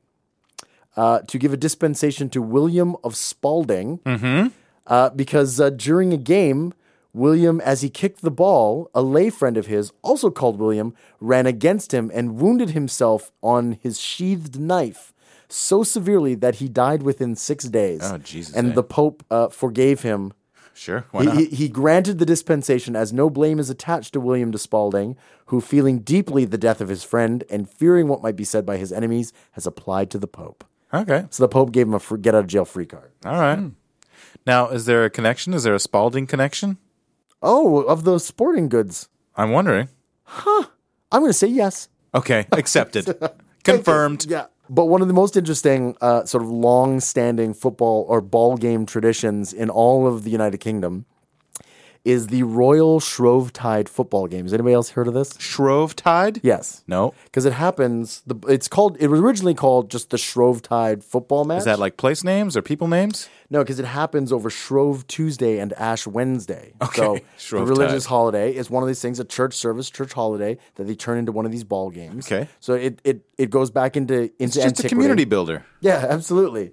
Speaker 3: uh, to give a dispensation to william of spalding
Speaker 1: Mm-hmm.
Speaker 3: uh, because uh, during a game william as he kicked the ball a lay friend of his also called william ran against him and wounded himself on his sheathed knife so severely that he died within six days
Speaker 1: Oh, Jesus,
Speaker 3: and
Speaker 1: eh?
Speaker 3: the pope uh, forgave him
Speaker 1: Sure. Why
Speaker 3: he,
Speaker 1: not?
Speaker 3: he, he granted the dispensation as no blame is attached to William de Spalding, who, feeling deeply the death of his friend and fearing what might be said by his enemies, has applied to the Pope.
Speaker 1: Okay.
Speaker 3: So the Pope gave him a get out of jail free card.
Speaker 1: All right. Now, is there a connection? Is there a Spalding connection?
Speaker 3: Oh, of those sporting goods.
Speaker 1: I'm wondering.
Speaker 3: I'm going to say yes.
Speaker 1: Okay, accepted, confirmed.
Speaker 3: Yeah. But one of the most interesting, uh, sort of long standing football or ball game traditions in all of the United Kingdom is the Royal Shrovetide football game. Has anybody else heard of this?
Speaker 1: Shrove Tide.
Speaker 3: Yes.
Speaker 1: No.
Speaker 3: because it happens. The, it's called. It was originally called just the Shrovetide football match.
Speaker 1: Is that like place names or people names?
Speaker 3: no? Because it happens over Shrove Tuesday and Ash Wednesday.
Speaker 1: Okay,
Speaker 3: so
Speaker 1: Shrovetide.
Speaker 3: the religious holiday is one of these things—a church service, church holiday—that they turn into one of these ball games.
Speaker 1: Okay.
Speaker 3: so it it, it goes back into into
Speaker 1: It's just a
Speaker 3: antiquity.
Speaker 1: community builder.
Speaker 3: Yeah, absolutely.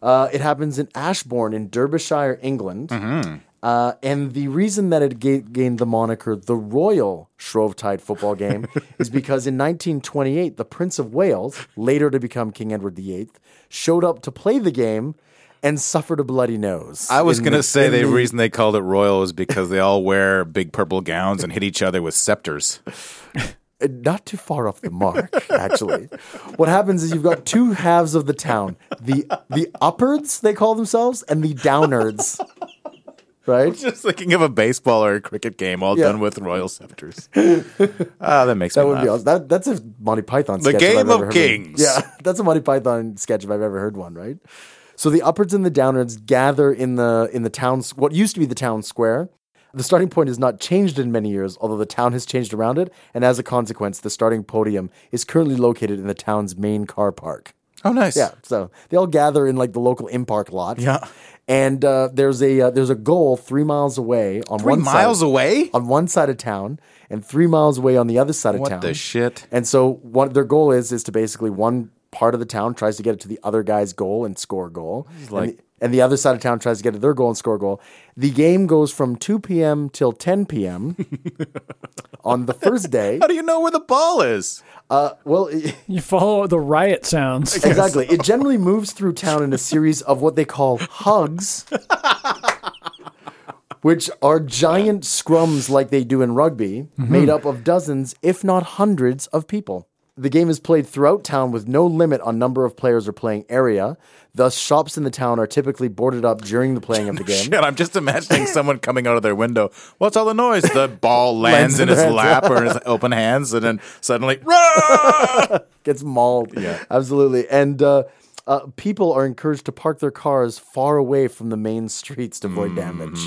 Speaker 3: Uh, it happens in Ashbourne in Derbyshire, England.
Speaker 1: Mm-hmm.
Speaker 3: Uh, and the reason that it ga- gained the moniker the Royal Shrovetide football game is because in 1928, the Prince of Wales, later to become King Edward VIII, showed up to play the game and suffered a bloody nose.
Speaker 1: I was
Speaker 3: in
Speaker 1: going to
Speaker 3: the-
Speaker 1: say
Speaker 3: in
Speaker 1: the reason they called it royal is because they all wear big purple gowns and hit each other with scepters.
Speaker 3: Uh, not too far off the mark, actually. what happens is you've got two halves of the town the the upwards, they call themselves, and the downards. Right?
Speaker 1: Just thinking of a baseball or a cricket game all
Speaker 3: Yeah.
Speaker 1: done with royal scepters. Ah, that makes
Speaker 3: That
Speaker 1: me
Speaker 3: would be
Speaker 1: laugh.
Speaker 3: awesome. That, that's a Monty Python
Speaker 1: The
Speaker 3: sketch. if I've
Speaker 1: Game
Speaker 3: ever
Speaker 1: of
Speaker 3: heard
Speaker 1: Kings.
Speaker 3: Yeah, that's a Monty Python sketch if I've ever heard one, right? So the upwards and the downwards gather in the in the town what used to be the town square. The starting point is not changed in many years, although the town has changed around it, and as a consequence, the starting podium is currently located in the town's main car park.
Speaker 1: Oh, nice.
Speaker 3: Yeah, so they all gather in like the local in park lot.
Speaker 1: Yeah.
Speaker 3: and uh, there's a uh, there's a goal three miles away on
Speaker 1: Three
Speaker 3: one
Speaker 1: miles
Speaker 3: side,
Speaker 1: away?
Speaker 3: on one side of town, and three miles away on the other side of
Speaker 1: What
Speaker 3: town.
Speaker 1: the shit?
Speaker 3: And so what their goal is is to basically one part of the town tries to get it to the other guy's goal and score a goal.
Speaker 1: like-
Speaker 3: and, the, and the other side of town tries to get to their goal and score a goal. The game goes from 2 p.m. till 10 p.m. on the first day.
Speaker 1: How do you know where the ball is?
Speaker 3: Uh, well, it-
Speaker 2: You follow the riot sounds.
Speaker 3: exactly. It generally moves through town in a series of what they call hugs. Which are giant scrums like they do in rugby, made up of dozens, if not hundreds, of people. The game is played throughout town with no limit on number of players or playing area. Thus, shops in the town are typically boarded up during the playing of the game.
Speaker 1: Shit, I'm just imagining someone coming out of their window. What's all the noise? The ball lands in
Speaker 3: in
Speaker 1: his
Speaker 3: their hands,
Speaker 1: lap or his open hands, and then suddenly, "Rah!"
Speaker 3: gets mauled. Yeah, absolutely. And uh, uh, people are encouraged to park their cars far away from the main streets to avoid damage.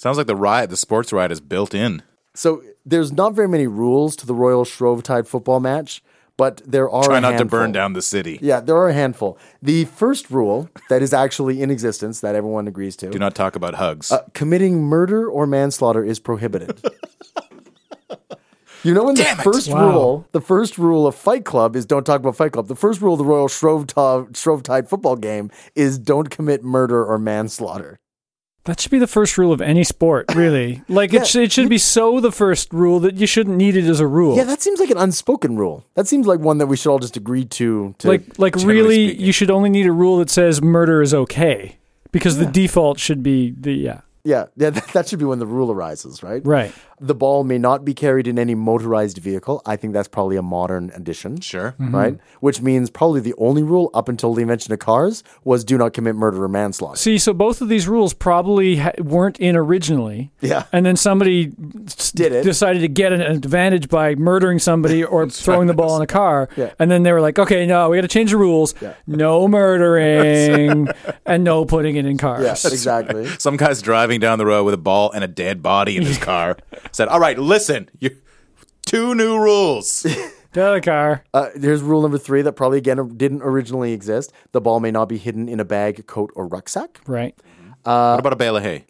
Speaker 1: sounds like the riot, the sports riot, is built in.
Speaker 3: So there's not very many rules to the Royal Shrovetide football match, but there are
Speaker 1: Try
Speaker 3: a
Speaker 1: not to
Speaker 3: handful.
Speaker 1: burn down the city.
Speaker 3: Yeah, there are a handful. The first rule that is actually in existence that everyone agrees to: uh,
Speaker 1: Do not talk about hugs.
Speaker 3: committing murder or manslaughter is prohibited. You know when
Speaker 1: Damn
Speaker 3: the
Speaker 1: it.
Speaker 3: first
Speaker 2: Wow.
Speaker 3: rule, the first rule of Fight Club is don't talk about Fight Club. The first rule of the Royal Shrovetide, Shrovetide football game is don't commit murder or manslaughter.
Speaker 2: That should be the first rule of any sport, really. Like it, sh- it should be so the first rule that you shouldn't need it as a rule.
Speaker 3: Yeah, that seems like an unspoken rule. That seems like one that we should all just agree to. to
Speaker 2: like like
Speaker 1: generally
Speaker 2: really,
Speaker 1: speaking.
Speaker 2: you should only need a rule that says murder is okay because the default should be the yeah
Speaker 3: yeah, yeah, that, that should be when the rule arises, right?
Speaker 2: right.
Speaker 3: The ball may not be carried in any motorized vehicle. I think that's probably a modern addition.
Speaker 1: Sure.
Speaker 3: Right? Which means probably the only rule up until the invention of cars was do not commit murder or manslaughter.
Speaker 2: See, so both of these rules probably ha- weren't in originally.
Speaker 3: Yeah.
Speaker 2: And then somebody s-
Speaker 3: Did it.
Speaker 2: decided to get an advantage by murdering somebody or throwing the ball in a car.
Speaker 3: Yeah.
Speaker 2: And then they were like, okay, no, we got to change the rules. No murdering and no putting it in cars.
Speaker 3: Yes, exactly.
Speaker 1: Some guy's driving down the road with a ball and a dead body in his car. Said, "All right, listen, you two new rules.
Speaker 2: Get out of the car.
Speaker 3: Uh, here's rule number three that probably, again, didn't originally exist. The ball may not be hidden in a bag, coat, or rucksack.
Speaker 2: right.
Speaker 1: what about a bale of hay?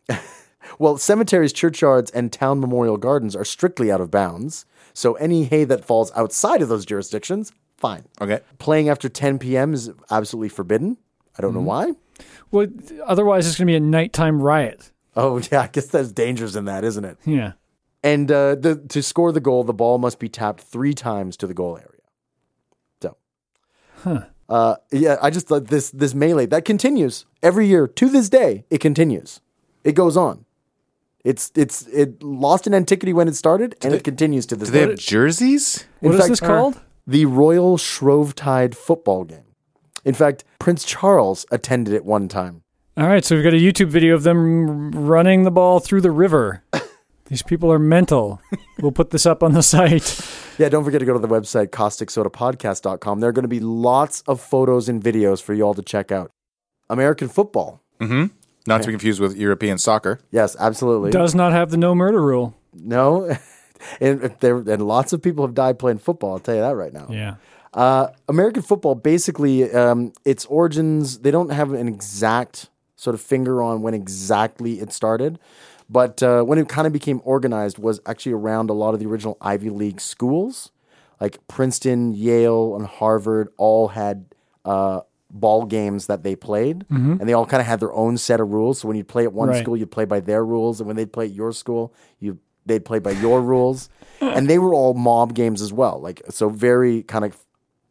Speaker 3: Well, cemeteries, churchyards, and town memorial gardens are strictly out of bounds. So any hay that falls outside of those jurisdictions, fine.
Speaker 1: Okay,
Speaker 3: Playing after 10 p.m. is absolutely forbidden. I don't know why.
Speaker 2: Well, otherwise it's going to be a nighttime riot.
Speaker 3: Oh, yeah, I guess there's dangers in that, isn't it?
Speaker 2: Yeah.
Speaker 3: And uh, the, to score the goal, the ball must be tapped three times to the goal area. So, huh. uh, yeah, I just thought this this melee that continues every year to this day. It continues. It goes on. It's it's it lost in antiquity when it started, and it continues to this
Speaker 1: do they
Speaker 3: day.
Speaker 1: have jerseys?
Speaker 2: What is
Speaker 3: fact,
Speaker 2: this
Speaker 3: uh,
Speaker 2: called?
Speaker 3: the Royal Shrovetide football game. In fact, Prince Charles attended it one time.
Speaker 2: All right, so we've got a YouTube video of them running the ball through the river. These people are mental. we'll put this up on the site.
Speaker 3: Yeah, don't forget to go to the website causticsodapodcast.com. There are going to be lots of photos and videos for you all to check out. American football.
Speaker 1: Not to be confused with European soccer.
Speaker 3: Yes, absolutely.
Speaker 2: Does not have the no murder rule.
Speaker 3: no. and if there and lots of people have died playing football, I'll tell you that right now.
Speaker 2: Yeah.
Speaker 3: Uh, American football basically um, its origins, they don't have an exact sort of finger on when exactly it started. But uh, when it kind of became organized was actually around a lot of the original Ivy League schools, like Princeton, Yale, and Harvard all had uh, ball games that they played, and they all kind of had their own set of rules. So when you play at one
Speaker 2: Right.
Speaker 3: school, you play by their rules, and when they'd play at your school, you they'd play by your rules, and they were all mob games as well. Like so, very kind of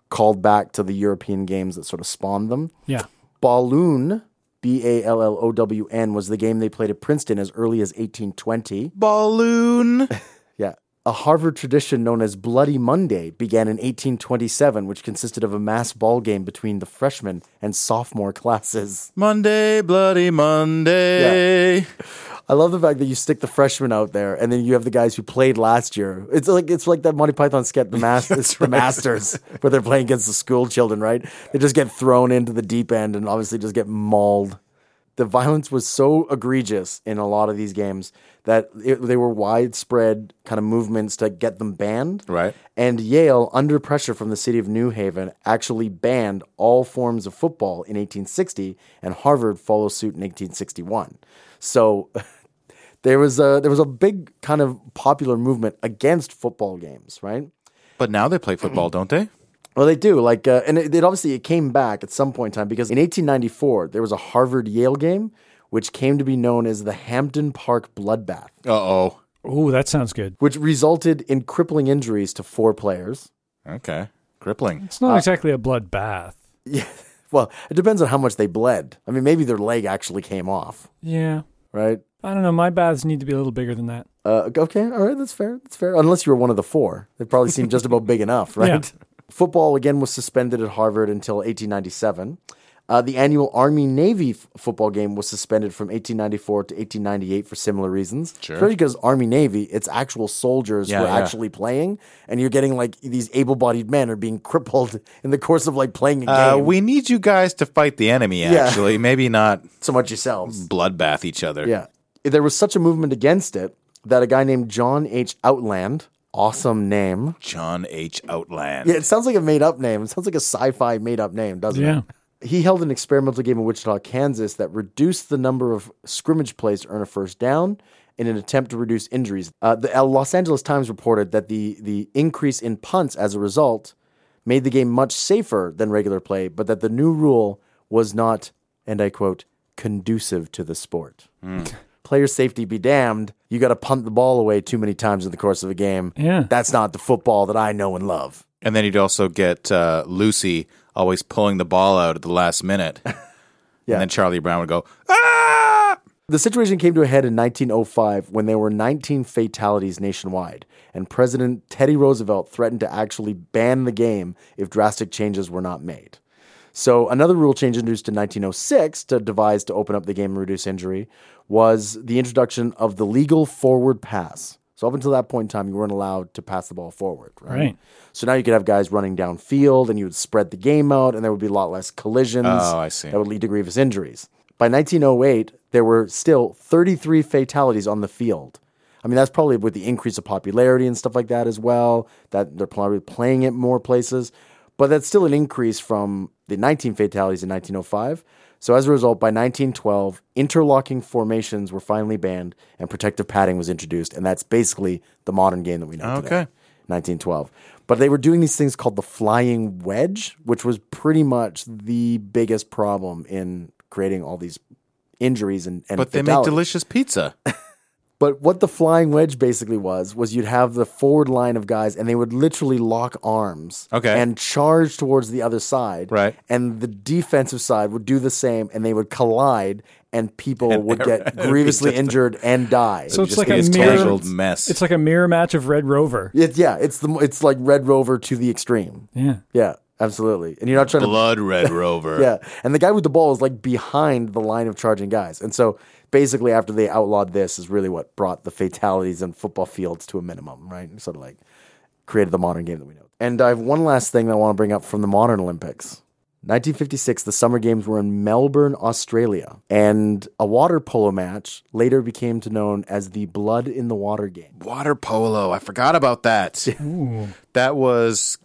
Speaker 3: called back to the European games that sort of spawned them.
Speaker 2: Yeah.
Speaker 3: Balloon, B A L L O W N, was the game they played at Princeton as early as 1820.
Speaker 1: Balloon.
Speaker 3: Yeah. A Harvard tradition known as Bloody Monday began in 1827, which consisted of a mass ball game between the freshman and sophomore classes.
Speaker 1: Monday, bloody Monday.
Speaker 3: I love the fact that you stick the freshmen out there, and then you have the guys who played last year. It's like it's like that Monty Python sketch, the, mas- it's the Masters, where they're playing against the school children. Right? They just get thrown into the deep end and obviously just get mauled. The violence was so egregious in a lot of these games that it, they were widespread kind of movements to get them banned.
Speaker 1: Right.
Speaker 3: And Yale, under pressure from the city of New Haven, actually banned all forms of football in 1860, and Harvard followed suit in 1861. So there was a there was a big kind of popular movement against football games, right?
Speaker 1: But now they play football, don't they?
Speaker 3: Well, they do like, uh, and it, it obviously it came back at some point in time because in 1894 there was a Harvard Yale game, which came to be known as the Hampden Park Bloodbath,
Speaker 1: Uh oh.
Speaker 2: Oh, that sounds good.
Speaker 3: which resulted in crippling injuries to four players.
Speaker 1: Okay. Crippling.
Speaker 2: It's not exactly a bloodbath.
Speaker 3: Yeah, well, it depends on how much they bled. I mean, maybe their leg actually came off,
Speaker 2: Yeah.
Speaker 3: right?
Speaker 2: I don't know. My baths need to be a little bigger than that.
Speaker 3: Uh, okay, all right, that's fair. That's fair. Unless you were one of the four, they probably seemed just about big enough, right?
Speaker 2: Yeah.
Speaker 3: Football again was suspended at Harvard until 1897. Uh, the annual Army Navy f- football game was suspended from 1894 to 1898 for similar reasons.
Speaker 1: Sure.
Speaker 3: Especially because Army Navy, it's actual soldiers
Speaker 1: Yeah,
Speaker 3: who are
Speaker 1: yeah.
Speaker 3: actually playing, and you're getting like these able-bodied men are being crippled in the course of like playing a
Speaker 1: Uh,
Speaker 3: game.
Speaker 1: we need you guys to fight the enemy, actually. Maybe not
Speaker 3: so much yourselves.
Speaker 1: bloodbath each other.
Speaker 3: Yeah. There was such a movement against it that a guy named John H. Outland, awesome name.
Speaker 1: John H. Outland.
Speaker 3: Yeah, it sounds like a made up name. It sounds like a sci fi made up name, doesn't
Speaker 2: Yeah.
Speaker 3: it? He held an experimental game in Wichita, Kansas that reduced the number of scrimmage plays to earn a first down in an attempt to reduce injuries. Uh, the uh, Los Angeles Times reported that the, the increase in punts as a result made the game much safer than regular play, but that the new rule was not, and I quote, conducive to the sport. Player safety be damned. You got to punt the ball away too many times in the course of a game.
Speaker 2: Yeah.
Speaker 3: That's not the football that I know and love.
Speaker 1: And then you'd also get uh, Lucy always pulling the ball out at the last minute. And then Charlie Brown would go, ah!
Speaker 3: The situation came to a head in 1905 when there were 19 fatalities nationwide, and President Teddy Roosevelt threatened to actually ban the game if drastic changes were not made. So, another rule change introduced in 1906 to devise to open up the game and reduce injury was the introduction of the legal forward pass. So, up until that point in time, you weren't allowed to pass the ball forward, right?
Speaker 2: Right.
Speaker 3: So now you could have guys running downfield and you would spread the game out and there would be a lot less collisions.
Speaker 1: Oh, I see.
Speaker 3: That would lead to grievous injuries. By 1908, there were still 33 fatalities on the field. I mean, that's probably with the increase of popularity and stuff like that as well, that they're probably playing it more places. But that's still an increase from the 19 fatalities in 1905. So as a result, by 1912, interlocking formations were finally banned and protective padding was introduced. And that's basically the modern game that we know today.
Speaker 1: Okay.
Speaker 3: 1912. But they were doing these things called the flying wedge, which was pretty much the biggest problem in creating all these injuries and, and
Speaker 1: But they make
Speaker 3: fatalities.
Speaker 1: delicious pizza.
Speaker 3: But what the flying wedge basically was was you'd have the forward line of guys, and they would literally lock arms,
Speaker 1: Okay.
Speaker 3: and charge towards the other side,
Speaker 1: Right.
Speaker 3: And the defensive side would do the same, and they would collide, and people would get
Speaker 1: it'd be
Speaker 3: grievously
Speaker 1: just a-
Speaker 3: injured and die.
Speaker 2: So it's
Speaker 1: just
Speaker 2: like
Speaker 1: be
Speaker 2: a
Speaker 1: this
Speaker 2: mirror.
Speaker 1: tangled mess.
Speaker 2: It's like a mirror match of Red Rover.
Speaker 3: It- yeah, it's the it's like Red Rover to the extreme.
Speaker 2: Yeah.
Speaker 3: Yeah, absolutely. And you're not trying to
Speaker 1: Blood Red Rover.
Speaker 3: Yeah. And the guy with the ball is like behind the line of charging guys. And so basically, after they outlawed this, is really what brought the fatalities in football fields to a minimum, right? Sort of like created the modern game that we know. And I have one last thing that I want to bring up from the modern Olympics. 1956, the Summer Games were in Melbourne, Australia, and a water polo match later became to known as the Blood in the Water game.
Speaker 1: Water polo. I forgot about that. That was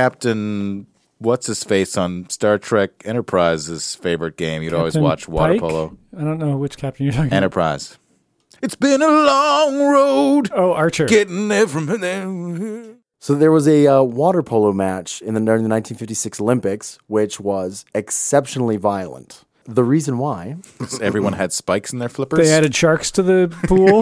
Speaker 1: Captain What's His Face on Star Trek Enterprise's favorite game. You'd always
Speaker 2: Captain
Speaker 1: watch water
Speaker 2: Pike?
Speaker 1: polo.
Speaker 2: I don't know which captain you're talking about.
Speaker 1: Enterprise. It's been a long road
Speaker 2: Oh, Archer.
Speaker 1: getting there from there.
Speaker 3: So there was a uh, water polo match in the, during the 1956 Olympics, which was exceptionally violent. The reason why
Speaker 1: Everyone had spikes in their flippers.
Speaker 2: they added sharks to the pool.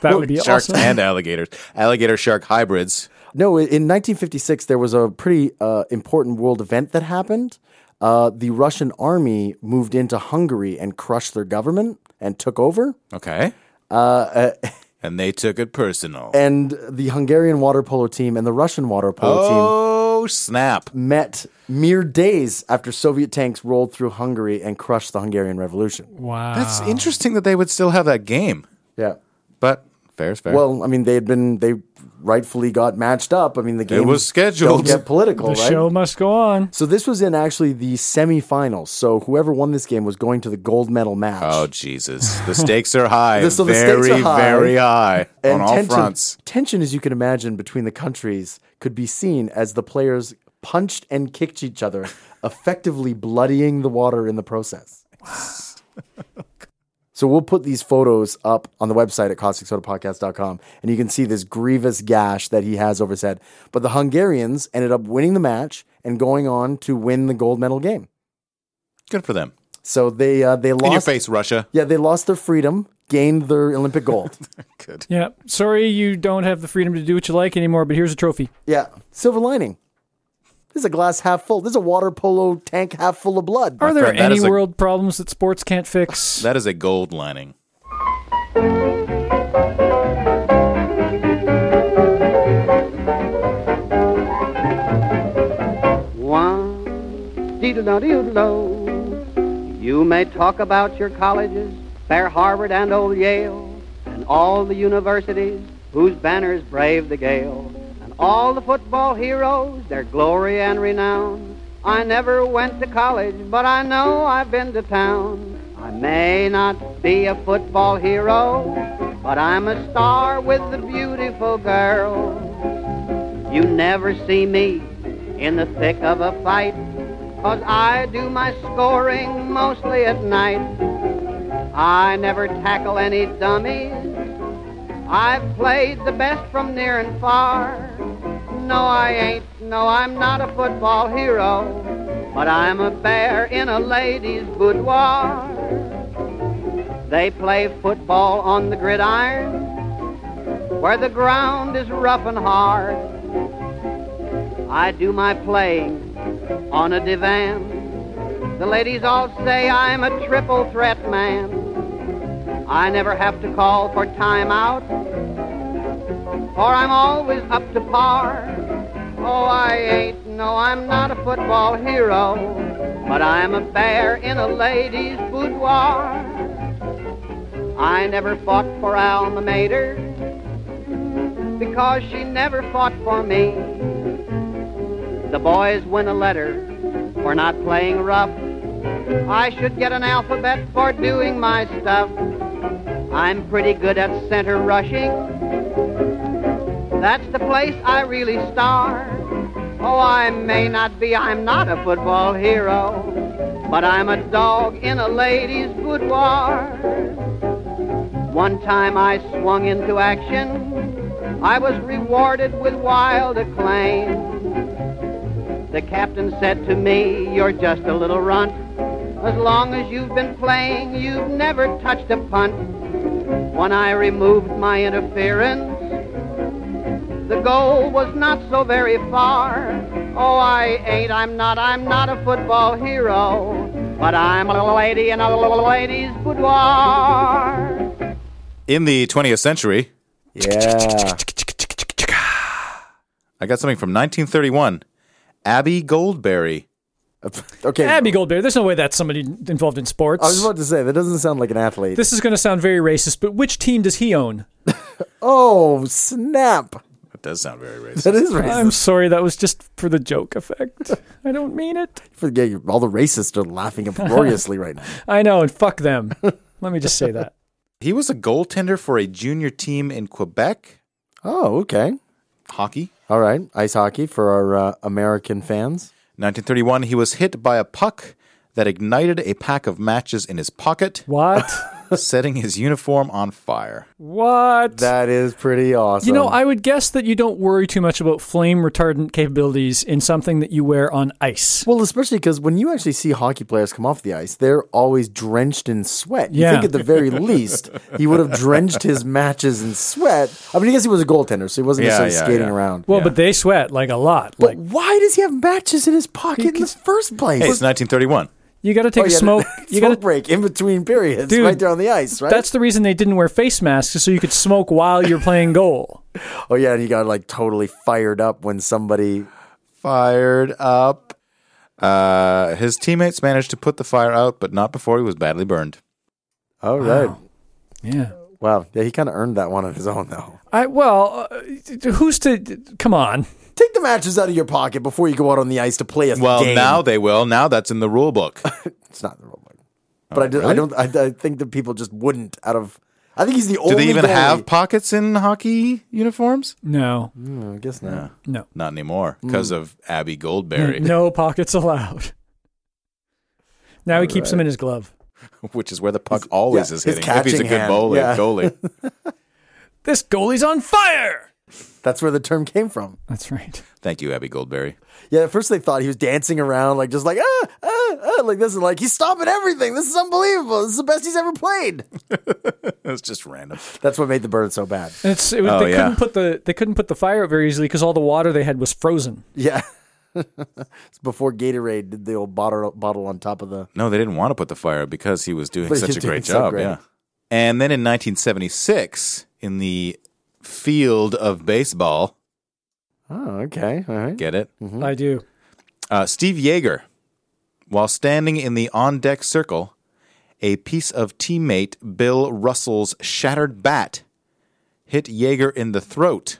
Speaker 2: That would be
Speaker 1: sharks
Speaker 2: awesome.
Speaker 1: and alligators. Alligator shark hybrids.
Speaker 3: No, in 1956, there was a pretty uh, important world event that happened. Uh, the Russian army moved into Hungary and crushed their government and took over.
Speaker 1: Okay.
Speaker 3: Uh,
Speaker 1: and they took it personal.
Speaker 3: And the Hungarian water polo team and the Russian water polo
Speaker 1: oh, snap.
Speaker 3: team met mere days after Soviet tanks rolled through Hungary and crushed the Hungarian Revolution.
Speaker 2: Wow.
Speaker 1: That's interesting that they would still have that game.
Speaker 3: Yeah.
Speaker 1: But fair's fair.
Speaker 3: Well, I mean, they had been, they rightfully got matched up. I mean, the game
Speaker 1: was scheduled.
Speaker 3: Don't get political,
Speaker 2: the
Speaker 3: right?
Speaker 2: show must go on.
Speaker 3: So this was in actually the semifinals. So whoever won this game was going to the gold medal match.
Speaker 1: oh, Jesus. The stakes are high.
Speaker 3: So the
Speaker 1: very,
Speaker 3: stakes are high.
Speaker 1: very high on all fronts.
Speaker 3: Tension, as you can imagine, between the countries could be seen as the players punched and kicked each other, effectively bloodying the water in the process. so we'll put these photos up on the website at causticsodapodcast.com, and you can see this grievous gash that he has over his head. But the Hungarians ended up winning the match and going on to win the gold medal game.
Speaker 1: Good for them.
Speaker 3: So they uh, they lost.
Speaker 1: In your face, Russia.
Speaker 3: Yeah, they lost their freedom, gained their Olympic gold.
Speaker 1: Good.
Speaker 2: Yeah. Sorry you don't have the freedom to do what you like anymore, but here's a trophy.
Speaker 3: Yeah. Silver lining. This is a glass half full. This is a water polo tank half full of blood.
Speaker 2: Are there
Speaker 1: friend, that
Speaker 2: any
Speaker 1: is a-
Speaker 2: world problems that sports can't fix?
Speaker 1: That is a gold lining.
Speaker 4: One, dee-da-da-dee-da-do. You may talk about your colleges, fair Harvard and old Yale, and all the universities whose banners brave the gale, and all the football heroes, their glory and renown. I never went to college, but I know I've been to town. I may not be a football hero, but I'm a star with the beautiful girl. You never see me in the thick of a fight, 'cause I do my scoring mostly at night. I never tackle any dummies. I've played the best from near and far. No, I ain't. No, I'm not a football hero. But I'm a bear in a lady's boudoir. They play football on the gridiron where the ground is rough and hard. I do my playing on a divan. The ladies all say I'm a triple threat man. I never have to call for timeout, for I'm always up to par. Oh, I ain't, no, I'm not a football hero, but I'm a bear in a lady's boudoir. I never fought for Alma Mater because she never fought for me. The boys win a letter for not playing rough. I should get an alphabet for doing my stuff. I'm pretty good at center rushing. That's the place I really star. Oh, I may not be, I'm not a football hero, but I'm a dog in a lady's boudoir. One time I swung into action. I was rewarded with wild acclaim. The captain said to me, You're just a little runt. As long as you've been playing, you've never touched a punt. When I removed my interference, the goal was not so very far. Oh, I ain't, I'm not, I'm not a football hero, but I'm a lady in a lady's boudoir.
Speaker 1: In the 20th century,
Speaker 3: Yeah.
Speaker 1: I got something from 1931. Abby Goldberry.
Speaker 3: Okay.
Speaker 2: Abby Goldberry. Ah, There's no way that's somebody involved in sports.
Speaker 3: I was about to say that doesn't sound like an athlete.
Speaker 2: this is going to sound very racist, but which team does he own?
Speaker 3: oh snap!
Speaker 1: That does sound very racist.
Speaker 3: That is racist.
Speaker 2: I'm sorry, that was just for the joke effect. I don't mean it.
Speaker 3: Forget you- all the racists are laughing uproariously right now.
Speaker 2: I know, and fuck them. Let me just say that.
Speaker 1: He was a goaltender for a junior team in Quebec
Speaker 3: Oh, okay.
Speaker 1: hockey.
Speaker 3: All right, ice hockey for our uh, American fans.
Speaker 1: 1931, he was hit by a puck that ignited a pack of matches in his pocket,
Speaker 2: What?
Speaker 1: setting his uniform on fire.
Speaker 2: What?
Speaker 3: That is pretty awesome.
Speaker 2: you know, I would guess that you don't worry too much about flame retardant capabilities in something that you wear on ice.
Speaker 3: well, especially because when you actually see hockey players come off the ice, they're always drenched in sweat. You
Speaker 2: Yeah.
Speaker 3: think at the very least he would have drenched his matches in sweat. I mean, I guess he was a goaltender, so he wasn't
Speaker 1: Yeah,
Speaker 3: necessarily
Speaker 1: yeah,
Speaker 3: skating
Speaker 1: yeah.
Speaker 3: around.
Speaker 2: Well, but they sweat like a lot. like
Speaker 3: but why does he have matches in his pocket in the first place?
Speaker 1: Hey, it's 1931.
Speaker 2: you got to take
Speaker 3: Oh,
Speaker 2: a
Speaker 3: yeah,
Speaker 2: smoke. You got
Speaker 3: smoke
Speaker 2: to.
Speaker 3: break in between periods,
Speaker 2: Dude,
Speaker 3: right there on the ice, right?
Speaker 2: That's the reason they didn't wear face masks, is so you could smoke while you're playing goal.
Speaker 3: Oh yeah, and he got like totally fired up when somebody.
Speaker 1: Fired up. Uh, his teammates managed to put the fire out, but not before he was badly burned.
Speaker 3: Oh right, wow.
Speaker 2: Yeah.
Speaker 3: Yeah, he kind of earned that one on his own though.
Speaker 2: I well, uh, who's to? Come on.
Speaker 3: Take the matches out of your pocket before you go out on the ice to play a
Speaker 1: Well,
Speaker 3: game.
Speaker 1: now they will. Now that's in the rule book.
Speaker 3: it's not the rule book,
Speaker 1: Oh,
Speaker 3: but I, do, I don't. I, I think that people just wouldn't out of. I think he's the
Speaker 1: Do
Speaker 3: only.
Speaker 1: they even
Speaker 3: goalie-
Speaker 1: have pockets in hockey uniforms?
Speaker 2: No.
Speaker 3: I guess not.
Speaker 2: No.
Speaker 1: Not anymore because of Abby Goldberry,
Speaker 2: No pockets allowed. Now he keeps them in his glove.
Speaker 1: which is where the puck always
Speaker 3: yeah,
Speaker 1: is
Speaker 3: his
Speaker 1: hitting. If he's a
Speaker 3: catching
Speaker 1: good
Speaker 3: hand,
Speaker 1: goalie,
Speaker 3: yeah.
Speaker 1: goalie.
Speaker 2: This goalie's on fire.
Speaker 3: That's where the term came from.
Speaker 2: That's right.
Speaker 1: Thank you, Abby Goldberry.
Speaker 3: Yeah, at first they thought he was dancing around, like just like ah, ah, ah like this, and like he's stopping everything. This is unbelievable. This is the best he's ever played.
Speaker 1: It's just random.
Speaker 3: That's what made the bird so bad.
Speaker 2: And It's, it was,
Speaker 1: Oh,
Speaker 2: they
Speaker 1: yeah.
Speaker 2: couldn't put the they couldn't put the fire out very easily because all the water they had was frozen.
Speaker 3: Yeah. it's before Gatorade did the old bottle bottle on top of the
Speaker 1: No, they didn't want to put the fire because he was doing
Speaker 3: But he
Speaker 1: such
Speaker 3: was
Speaker 1: a
Speaker 3: doing
Speaker 1: great
Speaker 3: so
Speaker 1: job.
Speaker 3: great.
Speaker 1: Yeah. And then in 1976, in the field of baseball,
Speaker 3: Oh, okay. All right.
Speaker 1: get it?
Speaker 2: I do.
Speaker 1: Uh, Steve Yeager, while standing in the on deck circle, a piece of teammate Bill Russell's shattered bat hit Yeager in the throat,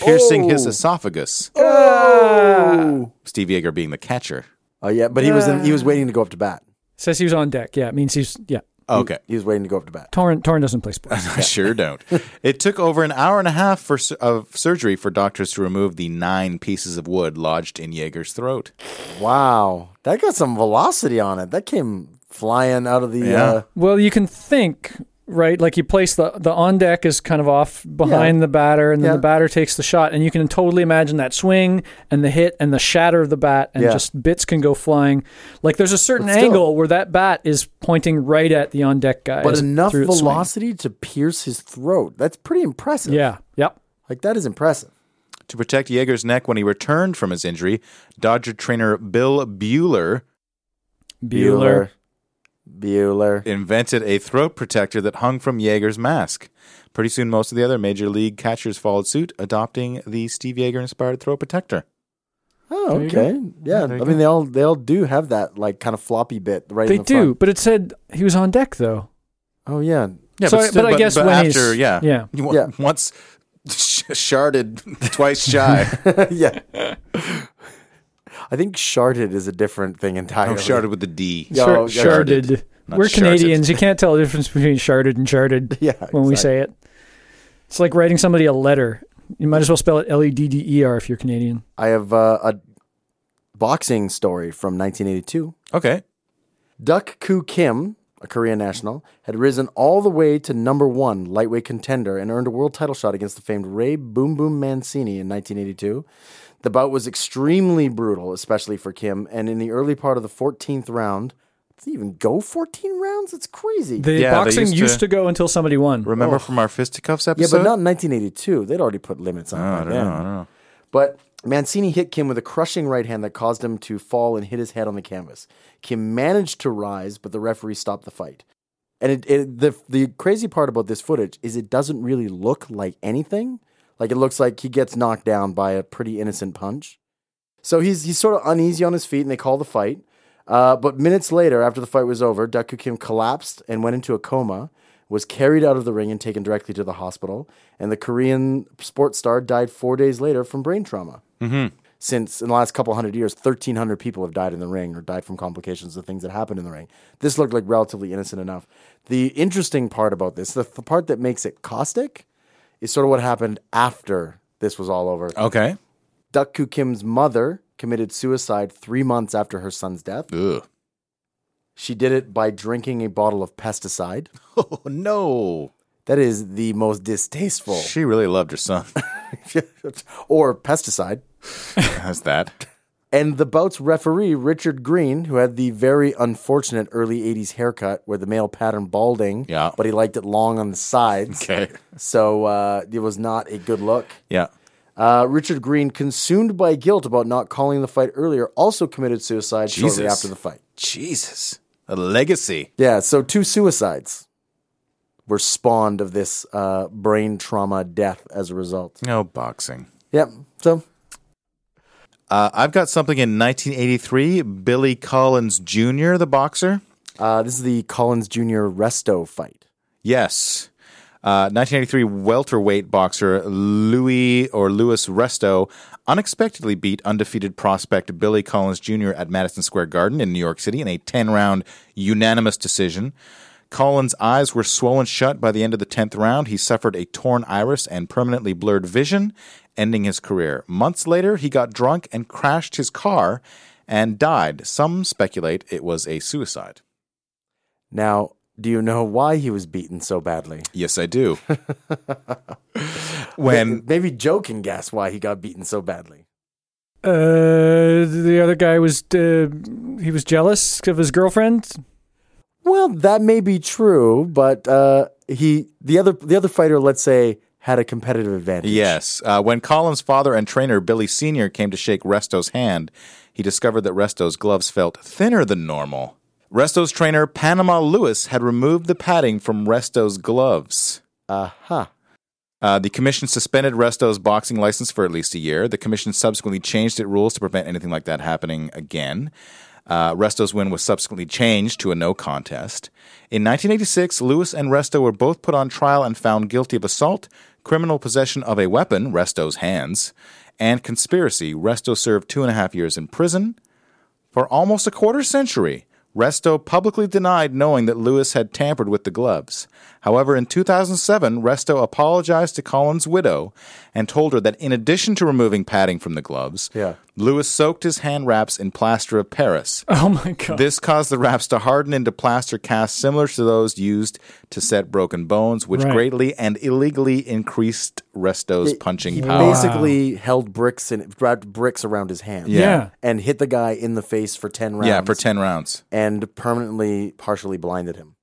Speaker 1: piercing his esophagus.
Speaker 3: Oh.
Speaker 1: Steve Yeager being the catcher.
Speaker 3: Oh yeah, but he was in, he was waiting to go up to bat.
Speaker 2: Says he was on deck. Yeah, it means he's yeah.
Speaker 1: Okay.
Speaker 3: He was waiting to go up to bat.
Speaker 2: Torrin Torrin doesn't play sports.
Speaker 1: I sure don't. It took over an hour and a half for su- of surgery for doctors to remove the nine pieces of wood lodged in Jaeger's throat.
Speaker 3: Wow. That got some velocity on it. That came flying out of the
Speaker 1: Yeah.
Speaker 3: uh,
Speaker 2: well, you can think right? Like you place the the on deck is kind of off behind
Speaker 3: Yeah.
Speaker 2: the batter, and then
Speaker 3: Yeah.
Speaker 2: the batter takes the shot, and you can totally imagine that swing and the hit and the shatter of the bat, and
Speaker 3: Yeah.
Speaker 2: just bits can go flying. Like there's a certain
Speaker 3: But still-
Speaker 2: angle where that bat is pointing right at the on deck guy,
Speaker 3: But
Speaker 2: as-
Speaker 3: enough
Speaker 2: through its swing.
Speaker 3: velocity to pierce his throat. That's pretty impressive.
Speaker 2: Yeah. Yep.
Speaker 3: Like, that is impressive.
Speaker 1: To protect Yeager's neck when he returned from his injury, Dodger trainer Bill Bueller
Speaker 2: Bueller.
Speaker 3: Bueller.
Speaker 1: invented a throat protector that hung from Yeager's mask. Pretty soon, most of the other major league catchers followed suit, adopting the Steve Yeager inspired throat protector.
Speaker 3: Oh,
Speaker 2: There you
Speaker 3: okay. Yeah,
Speaker 1: there
Speaker 3: I
Speaker 1: you
Speaker 3: mean they all they all do have that like kind of floppy bit right.
Speaker 2: They
Speaker 3: in the
Speaker 2: do,
Speaker 3: front.
Speaker 2: but it said he was on deck though.
Speaker 3: Oh yeah,
Speaker 1: Yeah,
Speaker 2: So I- but I guess when
Speaker 1: after,
Speaker 2: he's-
Speaker 1: yeah,
Speaker 2: yeah.
Speaker 1: you wa-
Speaker 3: Yeah.
Speaker 1: once sh- sharded twice shy.
Speaker 3: yeah. I think sharded is a different thing
Speaker 1: oh,
Speaker 3: entirely.
Speaker 1: sharded with the D.
Speaker 3: Yeah.
Speaker 2: Shar-
Speaker 3: Oh, yeah,
Speaker 2: sharded.
Speaker 1: Not
Speaker 2: We're
Speaker 1: sharted.
Speaker 2: Canadians. You can't tell the difference between sharded and charted
Speaker 3: Yeah,
Speaker 2: when we
Speaker 3: exactly.
Speaker 2: say it. It's like writing somebody a letter. You might as well spell it L E D D E R if you're Canadian.
Speaker 3: I have uh, a boxing story from 1982.
Speaker 1: Okay.
Speaker 3: Duck Koo Kim, a Korean national, had risen all the way to number one lightweight contender and earned a world title shot against the famed Ray Boom Boom Mancini in 1982. The bout was extremely brutal, especially for Kim, and in the early part of the 14th round, did they even go 14 rounds? It's crazy.
Speaker 2: The
Speaker 1: Yeah, they
Speaker 2: boxing
Speaker 1: used
Speaker 2: used,
Speaker 1: to-
Speaker 2: to go until somebody won.
Speaker 1: Remember from our fisticuffs
Speaker 3: yeah,
Speaker 1: episode? Oh,
Speaker 3: but not in 1982. They'd already put limits on it.
Speaker 1: I
Speaker 3: by
Speaker 1: don't
Speaker 3: then.
Speaker 1: know. I don't know.
Speaker 3: But Mancini hit Kim with a crushing right hand that caused him to fall and hit his head on the canvas. Kim managed to rise, but the referee stopped the fight. And it, it, the, the crazy part about this footage is it doesn't really look like anything. Like it looks like he gets knocked down by a pretty innocent punch. So he's, he's sort of uneasy on his feet and they call the fight. Uh, but minutes later, after the fight was over, Daku Kim collapsed and went into a coma, was carried out of the ring and taken directly to the hospital. And the Korean sports star died four days later from brain trauma. Mm-hmm. Since in the last couple hundred years, 1,300 people have died in the ring or died from complications of things that happened in the ring. This looked like relatively innocent enough. The interesting part about this, the, the part that makes it caustic, is sort of what happened after this was all over.
Speaker 1: Okay.
Speaker 3: Dukku Kim's mother committed suicide three months after her son's death.
Speaker 1: Ugh.
Speaker 3: She did it by drinking a bottle of pesticide.
Speaker 1: Oh, no.
Speaker 3: That is the most distasteful.
Speaker 1: She really loved her son.
Speaker 3: or pesticide.
Speaker 1: That's that.
Speaker 3: And the bout's referee, Richard Green, who had the very unfortunate early 80s haircut where the male pattern balding,
Speaker 1: Yeah.
Speaker 3: but he liked it long on the sides.
Speaker 1: Okay.
Speaker 3: So uh, it was not a good look.
Speaker 1: Yeah.
Speaker 3: Uh, Richard Green, consumed by guilt about not calling the fight earlier, also committed suicide shortly
Speaker 1: Jesus.
Speaker 3: after the fight.
Speaker 1: Jesus. A legacy.
Speaker 3: Yeah, so two suicides were spawned of this uh, brain trauma death as a result.
Speaker 1: No boxing.
Speaker 3: Yep. So
Speaker 1: Uh, I've got something in 1983. Billy Collins Jr., the boxer.
Speaker 3: uh, this is the Collins Jr. Resto fight.
Speaker 1: Yes. Uh, 1983 welterweight boxer Louis or Louis Resto unexpectedly beat undefeated prospect Billy Collins Jr. at Madison Square Garden in New York City in a 10 round unanimous decision. Collins' eyes were swollen shut by the end of the 10th round. He suffered a torn iris and permanently blurred vision, ending his career. Months later, he got drunk and crashed his car and died. Some speculate it was a suicide.
Speaker 3: Now, do you know why he was beaten so badly?
Speaker 1: Yes, I do. when
Speaker 3: Maybe Joe can guess why he got beaten so badly.
Speaker 2: Uh, the other guy was uh, he was jealous of his girlfriend.
Speaker 3: Well, that may be true, but uh, he the other the other fighter, let's say, had a competitive advantage.
Speaker 1: Yes. Uh, when Colin's father and trainer Billy Sr. came to shake Resto's hand, he discovered that Resto's gloves felt thinner than normal. Resto's trainer, Panama Lewis, had removed the padding from Resto's gloves.
Speaker 3: Aha. Uh-huh.
Speaker 1: Uh, the commission suspended Resto's boxing license for at least a year. The commission subsequently changed its rules to prevent anything like that happening again. Uh, Resto's win was subsequently changed to a no contest. In 1986, Lewis and Resto were both put on trial and found guilty of assault, criminal possession of a weapon, Resto's hands, and conspiracy. Resto served two and a half years in prison. For almost a quarter century, Resto publicly denied knowing that Lewis had tampered with the gloves. However, in 2007, Resto apologized to Collins' widow and told her that in addition to removing padding from the gloves,
Speaker 3: Yeah.
Speaker 1: Lewis soaked his hand wraps in plaster of Paris.
Speaker 2: Oh my god.
Speaker 1: This caused the wraps to harden into plaster casts similar to those used to set broken bones, which
Speaker 2: Right.
Speaker 1: greatly and illegally increased Resto's punching
Speaker 3: he
Speaker 1: power.
Speaker 3: basically held bricks and wrapped bricks around his hand.
Speaker 1: Yeah.
Speaker 2: yeah.
Speaker 3: And hit the guy in the face for 10 rounds.
Speaker 1: Yeah, for 10 rounds.
Speaker 3: And permanently partially blinded him.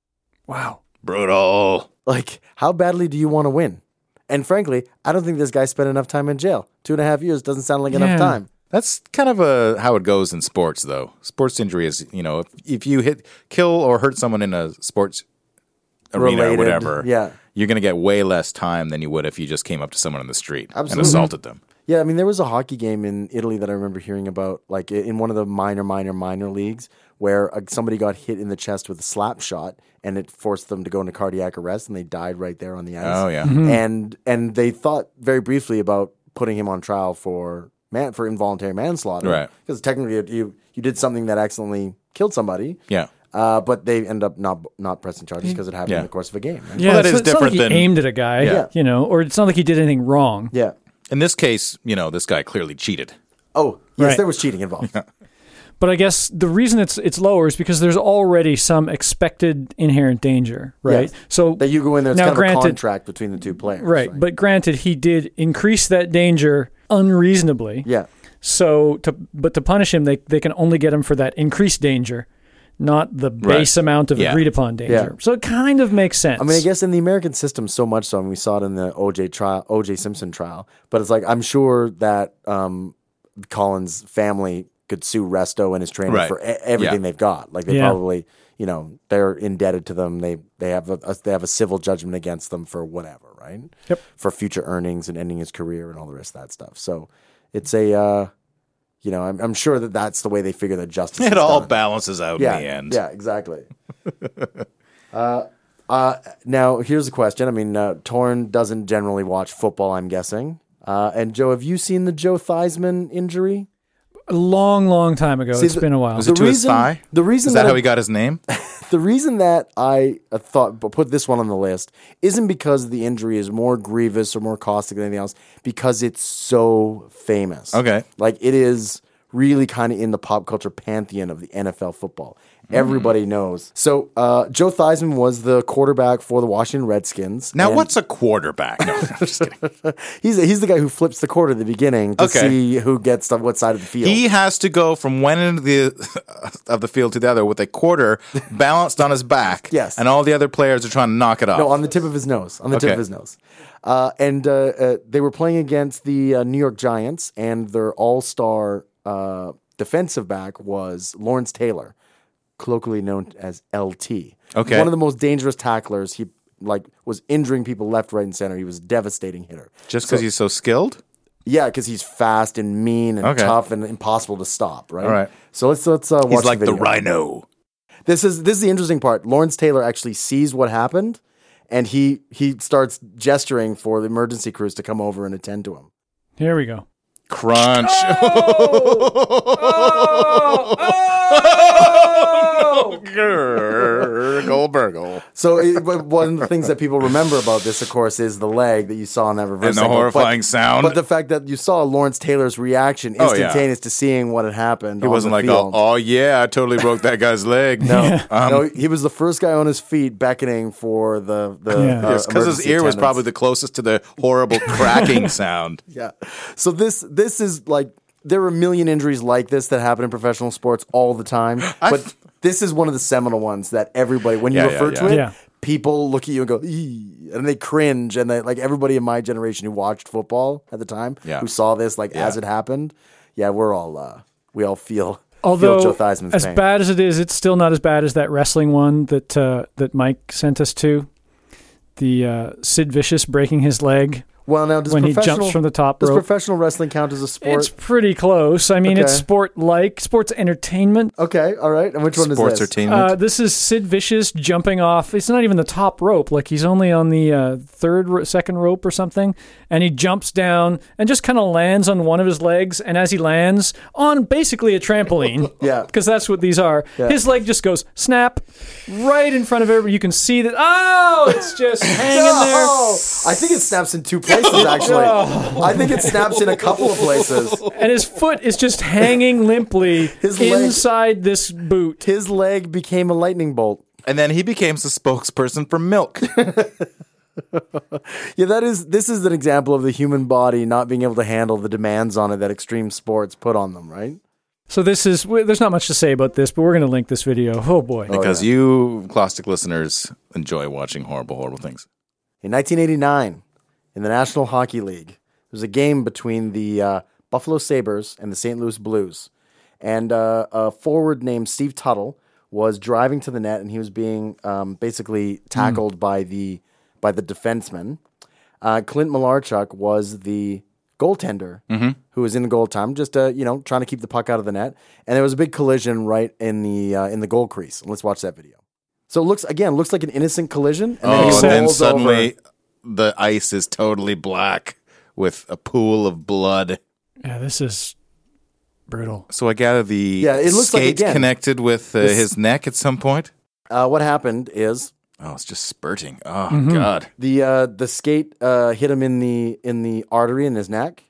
Speaker 2: Wow.
Speaker 1: Brutal.
Speaker 3: Like, how badly do you want to win? And frankly, I don't think this guy spent enough time in jail. Two and a half years doesn't sound like
Speaker 2: Yeah.
Speaker 3: enough time.
Speaker 1: That's kind of a how it goes in sports, though. Sports injury is, you know, if, if you hit, kill or hurt someone in a sports arena or
Speaker 3: Related,
Speaker 1: whatever,
Speaker 3: yeah.
Speaker 1: you're going to get way less time than you would if you just came up to someone on the street and
Speaker 3: Absolutely.
Speaker 1: assaulted them.
Speaker 3: Yeah, I mean, there was a hockey game in Italy that I remember hearing about, like i- in one of the minor, minor, minor leagues, where uh, somebody got hit in the chest with a slap shot, and it forced them to go into cardiac arrest, and they died right there on the ice.
Speaker 1: Oh, yeah.
Speaker 2: Mm-hmm.
Speaker 3: and and they thought very briefly about putting him on trial for man for involuntary manslaughter,
Speaker 1: Right.
Speaker 3: Because technically, it- you you did something that accidentally killed somebody.
Speaker 1: Yeah.
Speaker 3: Uh, but they end up not not pressing charges because it happened
Speaker 1: Yeah.
Speaker 3: in the course of a game. right?
Speaker 2: Mm. Yeah,
Speaker 1: that
Speaker 2: it's,
Speaker 1: is
Speaker 2: it's not like
Speaker 1: different
Speaker 2: he
Speaker 1: than-
Speaker 2: aimed at a guy,
Speaker 1: Yeah.
Speaker 2: you know, or it's not like he did anything wrong.
Speaker 3: Yeah.
Speaker 1: In this case, you know, this guy clearly cheated.
Speaker 3: Oh, yes,
Speaker 2: Right.
Speaker 3: there was cheating involved.
Speaker 2: But I guess the reason it's it's lower is because there's already some expected inherent danger, right?
Speaker 3: Yes.
Speaker 2: So
Speaker 3: That you go in there, it's
Speaker 2: Now,
Speaker 3: kind of
Speaker 2: granted-
Speaker 3: a contract between the two players.
Speaker 2: right, but granted, he did increase that danger unreasonably.
Speaker 3: Yeah.
Speaker 2: So to but to punish him, they they can only get him for that increased danger, not the base amount of
Speaker 1: Yeah.
Speaker 2: agreed upon danger.
Speaker 3: Yeah.
Speaker 2: So it kind of makes sense.
Speaker 3: I mean, I guess in the American system, so much so, and we saw it in the OJ trial, OJ Simpson trial. But it's like I'm sure that um, Collins' family could sue Resto and his trainer
Speaker 1: Right.
Speaker 3: for e- everything
Speaker 1: Yeah.
Speaker 3: they've got. Like they
Speaker 2: Yeah.
Speaker 3: probably, you know, they're indebted to them. They they have a, a- they have a civil judgment against them for whatever, right?
Speaker 2: Yep.
Speaker 3: For future earnings and ending his career and all the rest of that stuff. So it's a, uh, you know, I'm, I'm sure that that's the way they figure that justice.
Speaker 1: It
Speaker 3: is
Speaker 1: all
Speaker 3: done.
Speaker 1: balances out
Speaker 3: yeah,
Speaker 1: in the end.
Speaker 3: Yeah, exactly. uh, uh, now, here's a question. I mean, uh, Torn doesn't generally watch football, I'm guessing. Uh, and Joe, have you seen the Joe Theismann injury?
Speaker 2: a long, long time ago.
Speaker 3: See,
Speaker 2: it's
Speaker 3: the-
Speaker 2: been a while.
Speaker 1: Was it
Speaker 3: The
Speaker 1: to his
Speaker 3: reason-
Speaker 1: thigh?
Speaker 3: the reason
Speaker 1: is that,
Speaker 3: that
Speaker 1: how
Speaker 3: I-
Speaker 1: he got his name?
Speaker 3: The reason that I uh, thought but put this one on the list isn't because the injury is more grievous or more caustic than anything else, because it's so famous.
Speaker 1: Okay.
Speaker 3: like it is really kind of in the pop culture pantheon of the NFL football.
Speaker 1: Mm.
Speaker 3: Everybody knows. So uh, Joe Theismann was the quarterback for the Washington Redskins.
Speaker 1: Now,
Speaker 3: and
Speaker 1: what's a quarterback? No, I'm just kidding.
Speaker 3: he's he's the guy who flips the quarter at the beginning to
Speaker 1: Okay.
Speaker 3: see who gets to what side of the field.
Speaker 1: He has to go from one end of the of the field to the other with a quarter balanced on his back.
Speaker 3: Yes.
Speaker 1: and all the other players are trying to knock it off.
Speaker 3: No, on the tip of his nose. On the tip
Speaker 1: Oh. Okay.
Speaker 3: of his nose. Uh, and uh, uh, they were playing against the uh, New York Giants, and their all star uh, defensive back was Lawrence Taylor, colloquially known as LT.
Speaker 1: Okay.
Speaker 3: One of the most dangerous tacklers. He like was injuring people left, right, and center. He was a devastating hitter.
Speaker 1: Just because he's so skilled.
Speaker 3: Yeah, because he's fast and mean and
Speaker 1: Okay.
Speaker 3: tough and impossible to stop. Right.
Speaker 1: All right.
Speaker 3: So let's let's uh, watch.
Speaker 1: He's like the,
Speaker 3: video.
Speaker 1: rhino.
Speaker 3: This is this is the interesting part. Lawrence Taylor actually sees what happened, and he he starts gesturing for the emergency crews to come over and attend to him.
Speaker 2: Here we go.
Speaker 1: Crunch. Oh! Oh! Grr. Goldberg.
Speaker 3: So it, but one of the things that people remember about this, of course, is the leg that you saw in that reverse
Speaker 1: And the
Speaker 3: angle. But-
Speaker 1: horrifying sound.
Speaker 3: But the fact that you saw Lawrence Taylor's reaction
Speaker 1: Oh, yeah.
Speaker 3: instantaneous to seeing what had happened.
Speaker 1: He wasn't like, oh, Um, oh yeah, I totally broke that guy's leg.
Speaker 3: No, no, he was the first guy on his feet beckoning for the the
Speaker 2: Yeah.
Speaker 3: uh,
Speaker 1: because his
Speaker 3: emergency
Speaker 1: ear was
Speaker 3: attendants.
Speaker 1: probably the closest to the horrible cracking sound.
Speaker 3: Yeah. So this this is like there are a million injuries like this that happen in professional sports all the time, but this is one of the seminal ones that everybody when you
Speaker 1: Yeah, yeah,
Speaker 3: refer to
Speaker 1: yeah.
Speaker 3: it,
Speaker 2: Yeah.
Speaker 3: people look at you and go, "Ee," and they cringe, and they like everybody in my generation who watched football at the time,
Speaker 1: Yeah.
Speaker 3: who saw this like
Speaker 1: Yeah.
Speaker 3: as it happened. Yeah, we're all uh, we all feel
Speaker 2: Although
Speaker 3: feel Joe Theismann's
Speaker 2: as
Speaker 3: pain.
Speaker 2: bad as it is, it's still not as bad as that wrestling one that uh, that Mike sent us to. The uh, Sid Vicious breaking his leg
Speaker 3: Well, now does
Speaker 2: When he jumps
Speaker 3: professional,
Speaker 2: from the top
Speaker 3: does
Speaker 2: rope.
Speaker 3: professional wrestling count as a sport?
Speaker 2: It's pretty close. I mean, it's
Speaker 3: Okay.
Speaker 2: sport like, sports entertainment.
Speaker 3: okay, all right. And which one
Speaker 1: Sports
Speaker 3: is this?
Speaker 1: entertainment.
Speaker 2: Uh, this is Sid Vicious jumping off. It's not even the top rope. Like he's only on the uh, third, ro- second rope or something, and he jumps down and just kind of lands on one of his legs. And as he lands on basically a trampoline,
Speaker 3: Yeah.
Speaker 2: because that's what these are.
Speaker 3: Yeah.
Speaker 2: His leg just goes snap right in front of everybody. You can see that. Oh, it's just hanging there.
Speaker 3: Oh, I think it snaps in two places actually. I think it snaps in a couple of places.
Speaker 2: and his foot is just hanging limply
Speaker 3: His leg-
Speaker 2: inside this boot.
Speaker 3: His leg became a lightning bolt.
Speaker 1: and then he becomes the spokesperson for milk.
Speaker 3: Oh, Yeah, that is. This is an example of the human body not being able to handle the demands on it that extreme sports put on them. Right?
Speaker 2: So this is w- there's not much to say about this, but we're going to link this video. Oh boy.
Speaker 1: because you, Clostic listeners, enjoy watching horrible, horrible things.
Speaker 3: In 1989, in the National Hockey League, there was a game between the uh, Buffalo Sabers and the St. Louis Blues, and uh, a forward named Steve Tuttle was driving to the net, and he was being um, basically tackled by the by the defenseman. Uh, Clint Malarchuk was the goaltender
Speaker 1: Mm-hmm.
Speaker 3: who was in the goal time, just uh, you know trying to keep the puck out of the net, and there was a big collision right in the uh, in the goal crease. And let's watch that video. So it looks again looks like an innocent collision, and then,
Speaker 1: Oh,
Speaker 3: it
Speaker 1: and then
Speaker 3: rolls over.
Speaker 1: suddenly the ice is totally black with a pool of blood.
Speaker 2: Yeah, this is brutal.
Speaker 1: So I gather the
Speaker 3: Yeah, it looks like,
Speaker 1: skate
Speaker 3: again,
Speaker 1: connected with uh, his neck at some point.
Speaker 3: Uh, what happened is
Speaker 1: Oh, it's just spurting. Oh
Speaker 3: Mm-hmm.
Speaker 1: God!
Speaker 3: the uh, the skate uh, hit him in the in the artery in his neck,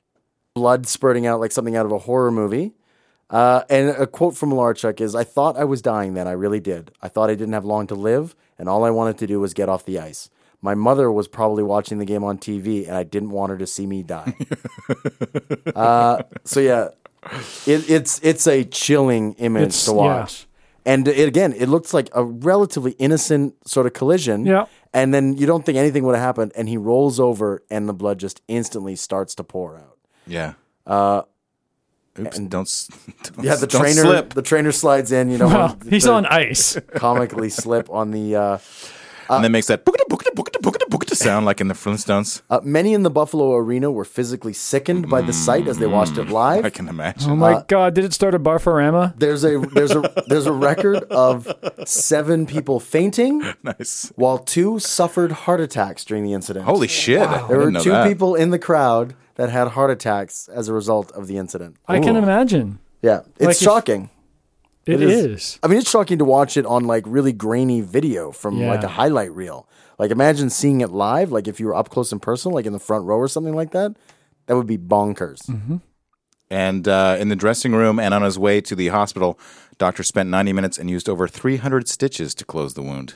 Speaker 3: blood spurting out like something out of a horror movie. Uh, and a quote from Larchuk is, "I thought I was dying then. I really did. I thought I didn't have long to live, and all I wanted to do was get off the ice. My mother was probably watching the game on TV, and I didn't want her to see me die." uh, so yeah, it, it's it's a chilling image
Speaker 2: It's-
Speaker 3: to watch. And it, again, it looks like a relatively innocent sort of collision.
Speaker 2: Yeah.
Speaker 3: And then you don't think anything would have happened, and he rolls over, and the blood just instantly starts to pour out.
Speaker 1: Yeah. Uh, Oops! don't, s- don't
Speaker 3: Yeah, the
Speaker 1: don't
Speaker 3: trainer,
Speaker 1: slip.
Speaker 3: the trainer slides in. You know,
Speaker 2: Well,
Speaker 3: and
Speaker 2: he's
Speaker 3: the
Speaker 2: on ice.
Speaker 3: comically slip on the. Uh,
Speaker 1: and then makes that bookita bookita bookita bookita bookita sound like in the Flintstones.
Speaker 3: uh, many in the Buffalo arena were physically sickened by the sight as they watched it live.
Speaker 1: I can imagine.
Speaker 3: um,
Speaker 2: Oh my god, did it start a barforama?
Speaker 3: There's a there's a there's a record of seven people fainting,
Speaker 1: nice.
Speaker 3: while two suffered heart attacks during the incident.
Speaker 1: Holy shit! I
Speaker 3: There
Speaker 1: didn't
Speaker 3: were
Speaker 1: know
Speaker 3: two
Speaker 1: that.
Speaker 3: people in the crowd that had heart attacks as a result of the incident.
Speaker 2: I can imagine.
Speaker 3: Yeah, it's
Speaker 2: Like if-
Speaker 3: shocking.
Speaker 2: it is.
Speaker 3: I mean, it's shocking to watch it on like really grainy video from
Speaker 2: Yeah.
Speaker 3: like a highlight reel. Like, imagine seeing it live. Like, if you were up close and personal, like in the front row or something like that, that would be bonkers.
Speaker 2: Mm-hmm.
Speaker 1: And uh, in the dressing room and on his way to the hospital, doctor spent 90 minutes and used over 300 stitches to close the wound.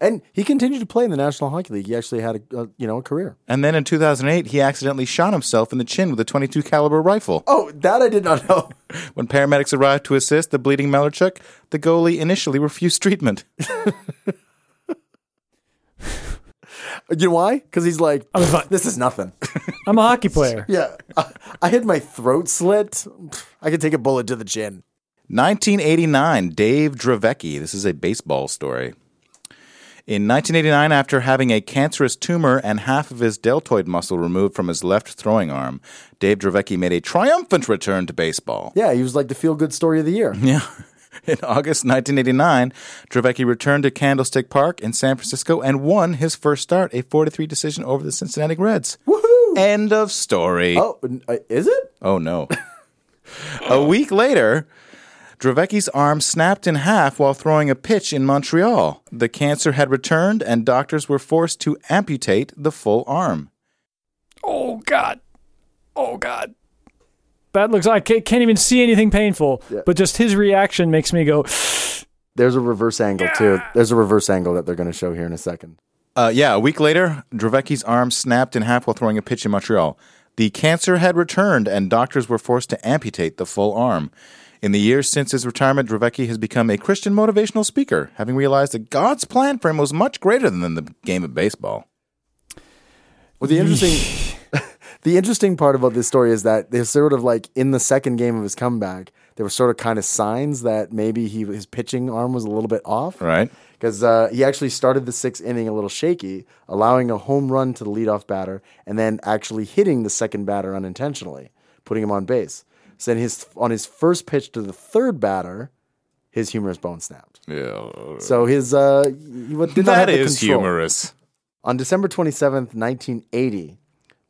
Speaker 3: And he continued to play in the National Hockey League. He actually had a, a you know a career.
Speaker 1: And then in 2008, he accidentally shot himself in the chin with a 22 caliber rifle.
Speaker 3: Oh, that I did not know.
Speaker 1: When paramedics arrived to assist the bleeding Malarchuk, the goalie initially refused treatment.
Speaker 3: you know why? Because he's like,
Speaker 2: I was like-
Speaker 3: this is nothing.
Speaker 2: I'm a hockey player.
Speaker 3: yeah, I, I had my throat slit. I could take a bullet to the chin.
Speaker 1: 1989, Dave Dravecki. This is a baseball story. In 1989, after having a cancerous tumor and half of his deltoid muscle removed from his left throwing arm, Dave Dravecki made a triumphant return to baseball.
Speaker 3: Yeah, he was like the feel good story of the year.
Speaker 1: Yeah. In August 1989, Dravecki returned to Candlestick Park in San Francisco and won his first start, a 4 3 decision over the Cincinnati Reds.
Speaker 3: Woohoo!
Speaker 1: End of story.
Speaker 3: Oh, n- uh, is it?
Speaker 1: Oh no. a week later, Dravecki's arm snapped in half while throwing a pitch in Montreal. The cancer had returned, and doctors were forced to amputate the full arm.
Speaker 2: Oh god. Oh god. That looks I can't, can't even see anything painful, but just his reaction makes me go
Speaker 3: There's a reverse angle too. There's a reverse angle that they're going to show here in a second.
Speaker 1: Uh, yeah, a week later, Dravecki's arm snapped in half while throwing a pitch in Montreal. The cancer had returned, and doctors were forced to amputate the full arm. In the years since his retirement, Dravecki has become a Christian motivational speaker, having realized that God's plan for him was much greater than the game of baseball.
Speaker 3: Well, the interesting The interesting part about this story is that they're sort of like in the second game of his comeback, there were sort of kind of signs that maybe he his pitching arm was a little bit off.
Speaker 1: Right.
Speaker 3: Because uh, he actually started the sixth inning a little shaky, allowing a home run to the leadoff batter, and then actually hitting the second batter unintentionally, putting him on base. So then his on his first pitch to the third batter, his humerus bone snapped.
Speaker 1: Yeah.
Speaker 3: So his uh, he wa- did not
Speaker 1: That
Speaker 3: have the
Speaker 1: is
Speaker 3: control.
Speaker 1: humorous.
Speaker 3: On December 27th, 1980,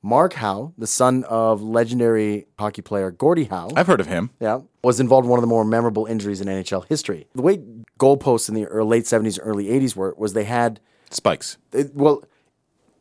Speaker 3: Mark Howe, the son of legendary hockey player Gordie Howe,
Speaker 1: I've heard of him.
Speaker 3: yeah, was involved in one of the more memorable injuries in NHL history. The way goalposts in the ear- late 70s, early 80s were was they had
Speaker 1: Spikes.
Speaker 3: it, well,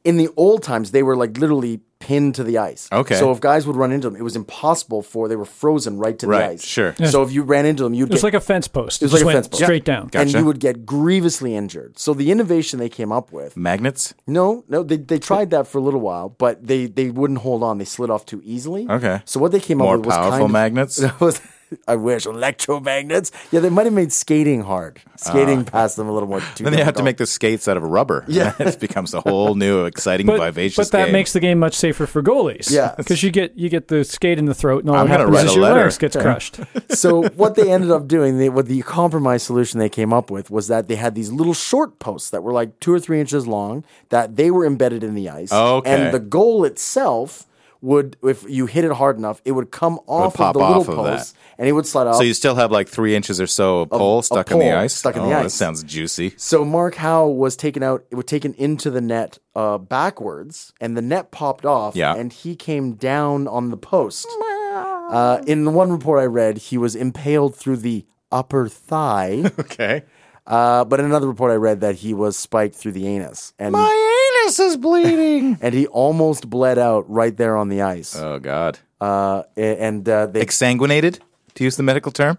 Speaker 3: in the old times, they were like literally pinned to the ice.
Speaker 1: Okay.
Speaker 3: So if guys would run into them, it was impossible for they were frozen right to
Speaker 1: Right,
Speaker 3: the ice.
Speaker 1: sure.
Speaker 3: So if you ran into them, you'd
Speaker 2: It was
Speaker 3: get
Speaker 2: like a fence post. It
Speaker 3: was
Speaker 2: just
Speaker 3: like a
Speaker 2: went
Speaker 3: fence post.
Speaker 2: straight down.
Speaker 1: Yeah.
Speaker 3: and
Speaker 1: Gotcha.
Speaker 3: you would get grievously injured. So the innovation they came up with
Speaker 1: Magnets.
Speaker 3: no, no, they, they tried that for a little while, but they, they wouldn't hold on. They slid off too easily.
Speaker 1: Okay.
Speaker 3: So what they came
Speaker 1: More
Speaker 3: up with was
Speaker 1: powerful
Speaker 3: kind of-
Speaker 1: magnets?
Speaker 3: was- I wish electromagnets. Yeah, they might have made skating hard. Skating past them a little more. Too
Speaker 1: Ah. Then they have to
Speaker 3: difficult.
Speaker 1: make the skates out of rubber. Yeah. it becomes a whole new exciting,
Speaker 2: But,
Speaker 1: vivacious
Speaker 2: but that
Speaker 1: game.
Speaker 2: makes the game much safer for goalies.
Speaker 3: Yeah.
Speaker 2: because you get you get the skate in the throat, and all
Speaker 1: I'm
Speaker 2: that
Speaker 1: gonna
Speaker 2: happens
Speaker 1: write
Speaker 2: is
Speaker 1: a
Speaker 2: your
Speaker 1: letter.
Speaker 2: larynx gets crushed.
Speaker 3: so what they ended up doing, they, what the compromise solution they came up with was that they had these little short posts that were like two or three inches long that they were embedded in the ice.
Speaker 1: Okay.
Speaker 3: And the goal itself would, if you hit it hard enough, it would come off
Speaker 1: pop
Speaker 3: of the
Speaker 1: off of
Speaker 3: little
Speaker 1: that.
Speaker 3: posts and it would slide off.
Speaker 1: so you still have like three inches or so of pole stuck in
Speaker 3: pole
Speaker 1: the ice.
Speaker 3: stuck in
Speaker 1: oh,
Speaker 3: the
Speaker 1: That
Speaker 3: ice.
Speaker 1: sounds juicy.
Speaker 3: So Mark Howe was taken out, was taken into the net uh, backwards, and the net popped off,
Speaker 1: Yeah.
Speaker 3: and he came down on the post. Uh, in the one report I read, he was impaled through the upper thigh,
Speaker 1: Okay.
Speaker 3: uh, but in another report I read that he was spiked through the anus, and
Speaker 1: My anus is bleeding.
Speaker 3: and he almost bled out right there on the ice. Uh,
Speaker 1: oh God.
Speaker 3: a- and uh, they,
Speaker 1: Exsanguinated, to use the medical term.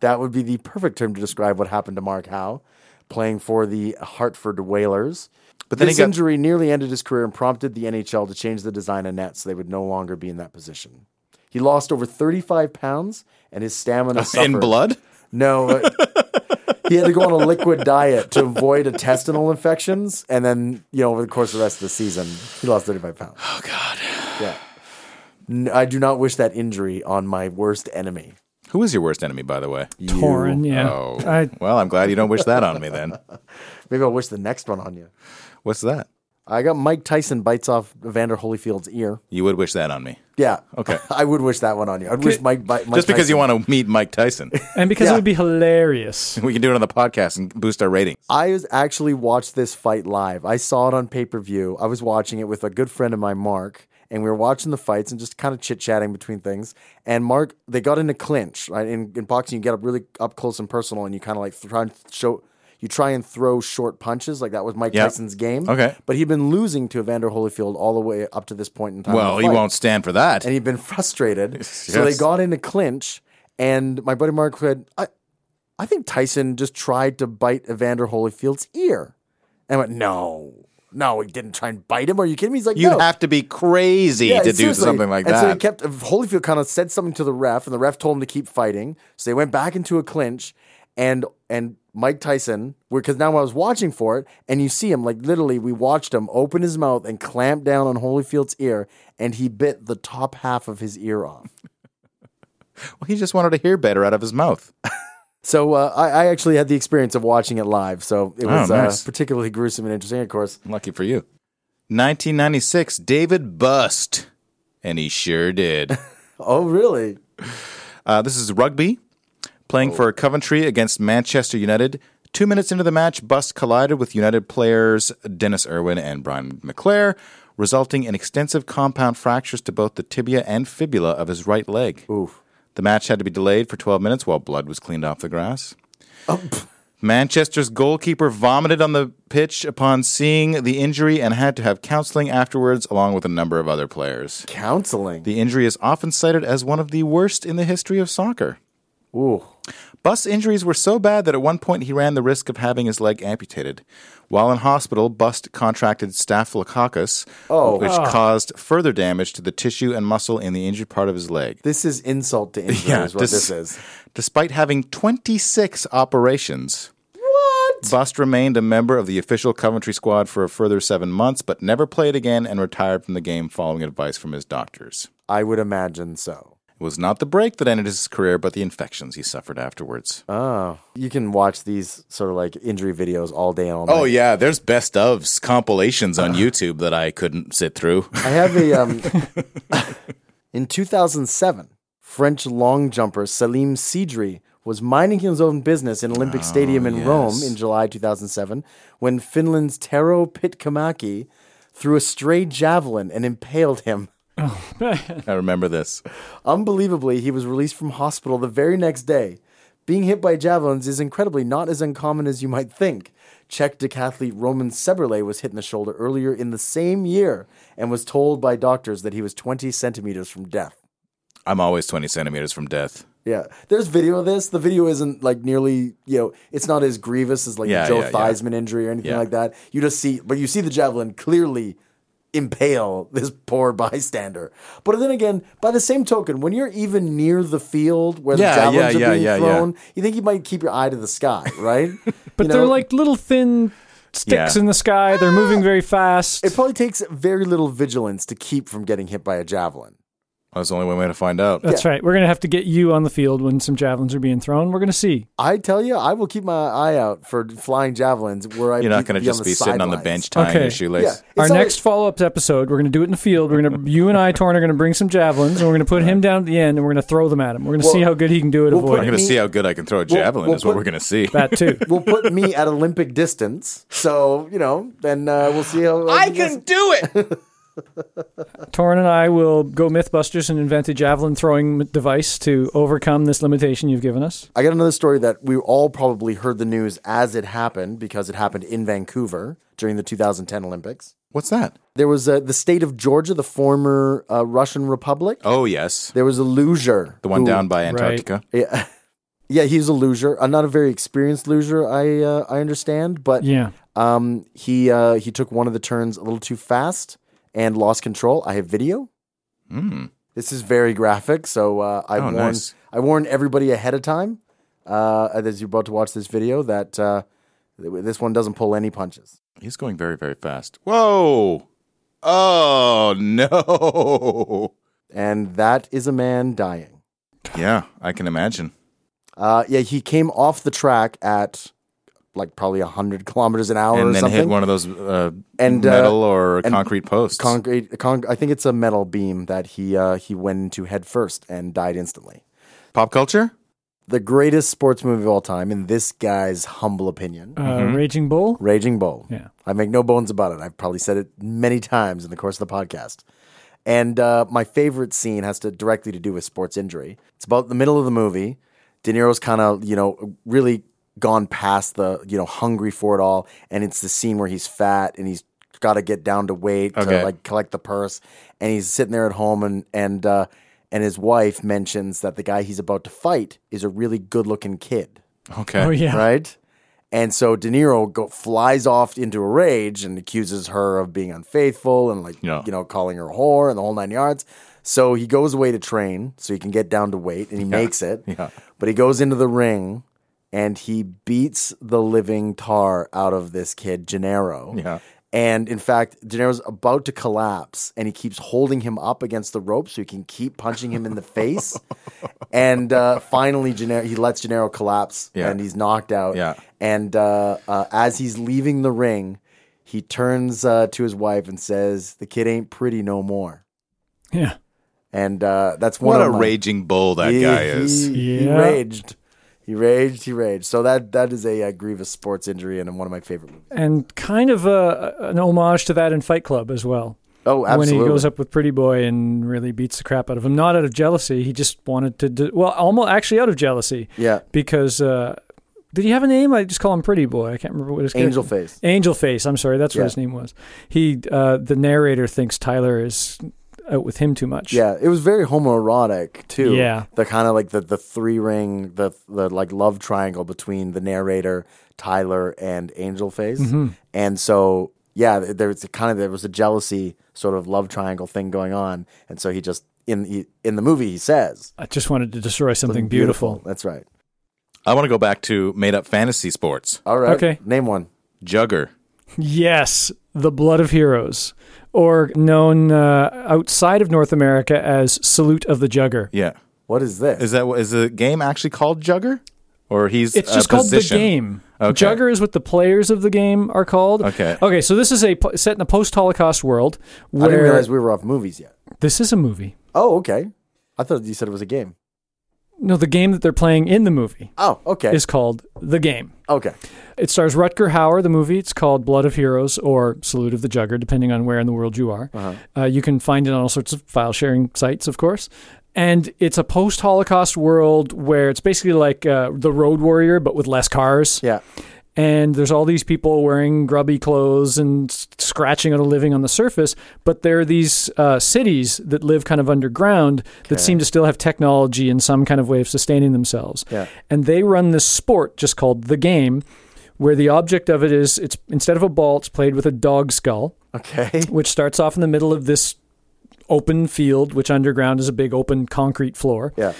Speaker 3: that would be the perfect term to describe what happened to Mark Howe, playing for the Hartford Whalers.
Speaker 1: But then
Speaker 3: this
Speaker 1: he got
Speaker 3: injury nearly ended his career and prompted the NHL to change the design of nets so they would no longer be in that position. He lost over 35 pounds and his stamina suffered.
Speaker 1: in blood.
Speaker 3: No. uh, he had to go on a liquid diet to avoid intestinal infections. And then, you know, over the course of the rest of the season, he lost 35 pounds. Oh, God. Yeah. N- I do not wish that injury on my worst enemy.
Speaker 1: Who is your worst enemy, by the way?
Speaker 2: Torn, yeah.
Speaker 1: Oh.
Speaker 2: I,
Speaker 1: Well, I'm glad you don't wish that on me then.
Speaker 3: Maybe I'll wish the next one on you.
Speaker 1: What's that?
Speaker 3: I got Mike Tyson bites off Vander Holyfield's ear.
Speaker 1: You would wish that on me.
Speaker 3: Yeah.
Speaker 1: Okay.
Speaker 3: I would wish that one on you. I'd wish Mike, Mike
Speaker 1: Just because you
Speaker 3: Tyson-
Speaker 1: want to meet Mike Tyson.
Speaker 2: and because
Speaker 3: Yeah.
Speaker 2: it would be hilarious.
Speaker 1: we can do it on the podcast and boost our rating.
Speaker 3: I was- actually watched this fight live. I saw it on pay per view. I was watching it with a good friend of mine, Mark, and we were watching the fights and just kind of chit chatting between things. And Mark, they got in a clinch. Right in, in boxing, you get up really up close and personal, and you kind of like try and show. You try and throw short punches, like that was Mike
Speaker 1: Yeah.
Speaker 3: Tyson's game.
Speaker 1: Okay.
Speaker 3: but he'd been losing to Evander Holyfield all the way up to this point in time. in the
Speaker 1: Well, he
Speaker 3: fight
Speaker 1: won't stand for that.
Speaker 3: and he'd been frustrated. So they
Speaker 1: Yes.
Speaker 3: got in a clinch, and my buddy Mark said, I, I think Tyson just tried to bite Evander Holyfield's ear. And I went, No, no, he didn't try and bite him. Are you kidding me? He's like,
Speaker 1: You'd
Speaker 3: no.
Speaker 1: have to be crazy
Speaker 3: Yeah,
Speaker 1: to do
Speaker 3: seriously.
Speaker 1: something like
Speaker 3: and
Speaker 1: that.
Speaker 3: so he kept Holyfield kind of said something to the ref, and the ref told him to keep fighting. So they went back into a clinch, and and Mike Tyson, because now I was watching for it, and you see him like literally, we watched him open his mouth and clamp down on Holyfield's ear, and he bit the top half of his ear off.
Speaker 1: well, he just wanted to hear better out of his mouth.
Speaker 3: So uh, I, I actually had the experience of watching it live, so it was
Speaker 1: Oh, nice.
Speaker 3: uh, particularly gruesome and interesting. Of course,
Speaker 1: Lucky for you. 1996, David bust, and he sure did.
Speaker 3: oh really?
Speaker 1: Uh, this is rugby, playing for Coventry against Manchester United. Two minutes into the match, Bust collided with United players Dennis Irwin and Brian McClare, resulting in extensive compound fractures to both the tibia and fibula of his right leg.
Speaker 3: Oof.
Speaker 1: The match had to be delayed for 12 minutes while blood was cleaned off the grass. Manchester's goalkeeper vomited on the pitch upon seeing the injury and had to have counseling afterwards, along with a number of other players.
Speaker 3: Counseling.
Speaker 1: The injury is often cited as one of the worst in the history of soccer.
Speaker 3: Ooh.
Speaker 1: Bust's injuries were so bad that at one point he ran the risk of having his leg amputated. While in hospital, Bust contracted staphylococcus,
Speaker 3: Oh.
Speaker 1: which
Speaker 3: Ah.
Speaker 1: caused further damage to the tissue and muscle in the injured part of his leg.
Speaker 3: This is insult to injury. is what
Speaker 1: des-
Speaker 3: this is.
Speaker 1: Despite having 26 operations,
Speaker 3: What?
Speaker 2: What?
Speaker 1: Bust remained a member of the official Coventry squad for a further seven months, but never played again and retired from the game following advice from his doctors.
Speaker 3: I would imagine so.
Speaker 1: It was not the break that ended his career, but the infections he suffered afterwards.
Speaker 3: Oh, you can watch these sort of like injury videos all day and all night.
Speaker 1: Oh, yeah, there's best ofs compilations on YouTube that I couldn't sit through.
Speaker 3: I have a um, in 2007, French long jumper Salim Sidri was minding his own business in Olympic Stadium in Rome in July 2007 when Finland's Tero Pitkamaki threw a stray javelin and impaled him.
Speaker 1: I remember this.
Speaker 3: Unbelievably, he was released from hospital the very next day. Being hit by javelins is incredibly not as uncommon as you might think. Czech decathlete Roman Seberle was hit in the shoulder earlier in the same year and was told by doctors that he was 20 centimeters from death.
Speaker 1: I'm always 20 centimeters from death.
Speaker 3: Yeah, there's video of this. The video isn't like nearly, you know, it's not as grievous as like
Speaker 1: Yeah,
Speaker 3: Joe
Speaker 1: yeah, yeah.
Speaker 3: Theismann injury or anything
Speaker 1: Yeah.
Speaker 3: like that. You just see, but you see the javelin clearly impale this poor bystander. But then again, by the same token, when you're even near the field where
Speaker 1: Yeah,
Speaker 3: the javelins
Speaker 1: yeah, yeah,
Speaker 3: are being
Speaker 1: yeah, yeah.
Speaker 3: thrown, you think you might keep your eye to the sky, right?
Speaker 2: But
Speaker 3: You
Speaker 2: they're
Speaker 3: know, Ah!
Speaker 2: like little thin sticks
Speaker 1: Yeah.
Speaker 2: in the sky. They're moving very fast.
Speaker 3: it probably takes very little vigilance to keep from getting hit by a javelin.
Speaker 1: That's the only way to find
Speaker 3: Uh,
Speaker 1: out.
Speaker 2: That's right. We're going to have to get you on the field when some javelins are being thrown. We're going to see.
Speaker 3: I tell you, I will keep my eye out for flying javelins where I
Speaker 1: You're not
Speaker 3: going to
Speaker 1: just be sitting on the bench tying
Speaker 2: Okay.
Speaker 1: your shoelace.
Speaker 3: Yeah. It's
Speaker 2: Our
Speaker 3: not-
Speaker 2: next follow up episode, we're going to do it in the field. We're going to, you and I, Torn, are going to bring some javelins and we're going to put him down at the end and we're going to throw them at him. We're going to see how good he can do it.
Speaker 3: we'll
Speaker 2: avoid
Speaker 1: I'm
Speaker 3: put-
Speaker 1: going to
Speaker 3: Me-
Speaker 1: see how good I can throw a javelin,
Speaker 3: we'll
Speaker 1: is what
Speaker 3: put-
Speaker 1: we're going to see.
Speaker 2: that too.
Speaker 3: will put me at Olympic distance. So you know, then uh, we'll see how I can.
Speaker 1: do it!
Speaker 2: Torn and I will go Mythbusters and invent a javelin throwing m- device to overcome this limitation you've given us.
Speaker 3: I got another story that we all probably heard the news as it happened because it happened in Vancouver during the 2010 Olympics.
Speaker 1: What's that?
Speaker 3: There was uh, the state of Georgia, the former uh, Russian republic.
Speaker 1: Oh, yes.
Speaker 3: There was a loser.
Speaker 1: The one
Speaker 3: who-
Speaker 1: down by Antarctica.
Speaker 3: Yeah. Yeah, he's a loser. Uh, not a very experienced loser, I uh, I understand, but
Speaker 2: Yeah.
Speaker 3: um, he uh, he took one of the turns a little too fast and lost control. I have video.
Speaker 1: Mm.
Speaker 3: This is very graphic, so uh, I
Speaker 1: Oh,
Speaker 3: warn
Speaker 1: nice.
Speaker 3: I warn everybody ahead of time uh, as you're about to watch this video that uh, th- this one doesn't pull any punches.
Speaker 1: He's going very, very fast. Whoa! Oh, no!
Speaker 3: And that is a man dying.
Speaker 1: Yeah, I can imagine.
Speaker 3: Uh, yeah, he came off the track at like probably 100 kilometers an hour or
Speaker 1: And then
Speaker 3: something.
Speaker 1: hit one of those uh,
Speaker 3: And, uh,
Speaker 1: metal or
Speaker 3: and
Speaker 1: concrete posts.
Speaker 3: Concrete, con- I think it's a metal beam that he uh, he went into head first and died instantly.
Speaker 1: Pop culture?
Speaker 3: The greatest sports movie of all time, in this guy's humble opinion,
Speaker 2: Uh, Raging Bull.
Speaker 3: Raging Bull.
Speaker 2: Yeah.
Speaker 3: I make no bones about it. I've probably said it many times in the course of the podcast. And uh, my favorite scene has to directly to do with sports injury. It's about the middle of the movie. De Niro's kind of, you know, really gone past the, you know, hungry for it all. And it's the scene where he's fat and he's got to get down to weight
Speaker 1: Okay.
Speaker 3: to like collect the purse. And he's sitting there at home and, and, uh, and his wife mentions that the guy he's about to fight is a really good looking kid
Speaker 1: Okay.
Speaker 2: Oh, yeah.
Speaker 3: right? And so De Niro go, flies off into a rage and accuses her of being unfaithful and like
Speaker 1: Yeah.
Speaker 3: you know calling her a whore and the whole nine yards. So he goes away to train so he can get down to weight and he makes it.
Speaker 1: yeah.
Speaker 3: But he goes into the ring and he beats the living tar out of this kid Gennaro.
Speaker 1: Yeah.
Speaker 3: And in fact, De Niro's about to collapse and he keeps holding him up against the rope so he can keep punching him in the face. and uh, finally, Gennaro, he lets Gennaro collapse
Speaker 1: Yeah.
Speaker 3: and he's knocked out.
Speaker 1: Yeah.
Speaker 3: And uh, uh, as he's leaving the ring, he turns uh, to his wife and says, The kid ain't pretty no more.
Speaker 2: Yeah.
Speaker 3: And uh, that's one
Speaker 1: What a
Speaker 3: of my-
Speaker 1: raging bull that
Speaker 3: He-
Speaker 1: guy is.
Speaker 3: He, he
Speaker 2: Yeah.
Speaker 3: raged. He raged. He raged. So that that is a, uh grievous sports injury and one of my favorite movies.
Speaker 2: And kind of a, an homage to that in Fight Club as well.
Speaker 3: Oh, absolutely.
Speaker 2: When he goes up with Pretty Boy and really beats the crap out of him, not out of jealousy. He just wanted to do, well, almost actually out of jealousy.
Speaker 3: Yeah.
Speaker 2: Because, uh, did he have a name? I just call him Pretty Boy. I can't remember what his
Speaker 3: Angel
Speaker 2: character-
Speaker 3: face.
Speaker 2: Angel Face. I'm sorry, that's what
Speaker 3: Yeah.
Speaker 2: his name was. He, uh, the narrator thinks Tyler is out with him too much.
Speaker 3: Yeah, it was very homoerotic too.
Speaker 2: Yeah.
Speaker 3: the kind of like the the three ring, the the like love triangle between the narrator, Tyler, and Angel Face.
Speaker 2: Mm-hmm.
Speaker 3: And so yeah, th- there was a kind of there was a jealousy sort of love triangle thing going on, and so he just in he, in the movie he says
Speaker 2: I just wanted to destroy something,
Speaker 3: "Something
Speaker 2: beautiful.
Speaker 3: That's right.
Speaker 1: I want to go back to made up fantasy sports.
Speaker 3: All right.
Speaker 2: Okay.
Speaker 3: Name one.
Speaker 1: Jugger.
Speaker 2: Yes, the blood of heroes, or known uh, outside of North America as Salute of the Jugger.
Speaker 1: Yeah.
Speaker 3: What is this?
Speaker 1: Is that what- is the game actually called Jugger? Or he's
Speaker 2: It's
Speaker 1: a
Speaker 2: just called
Speaker 1: position?
Speaker 2: the game.
Speaker 1: Okay.
Speaker 2: Jugger is what the players of the game are called.
Speaker 1: Okay.
Speaker 2: Okay. So this is a po- set in a post-Holocaust world
Speaker 3: I didn't
Speaker 2: where
Speaker 3: realize we were off movies yet.
Speaker 2: this is a movie.
Speaker 3: Oh, okay. I thought you said it was a game.
Speaker 2: No, the game that they're playing in the movie
Speaker 3: Oh, okay.
Speaker 2: is called the game.
Speaker 3: okay.
Speaker 2: It stars Rutger Hauer, the movie. It's called Blood of Heroes or Salute of the Jugger, depending on where in the world you are.
Speaker 1: Uh-huh.
Speaker 2: Uh, you can find it on all sorts of file sharing sites, of course. And it's a post Holocaust world where it's basically like uh, the Road Warrior, but with less cars.
Speaker 3: Yeah.
Speaker 2: And there's all these people wearing grubby clothes and s- scratching at a living on the surface. But there are these uh, cities that live kind of underground that seem to still have technology and some kind of way of sustaining themselves
Speaker 3: Yeah.
Speaker 2: and they run this sport just called the game where the object of it is it's instead of a ball it's played with a dog skull
Speaker 3: Okay.
Speaker 2: which starts off in the middle of this open field which underground is a big open concrete floor
Speaker 3: Yeah.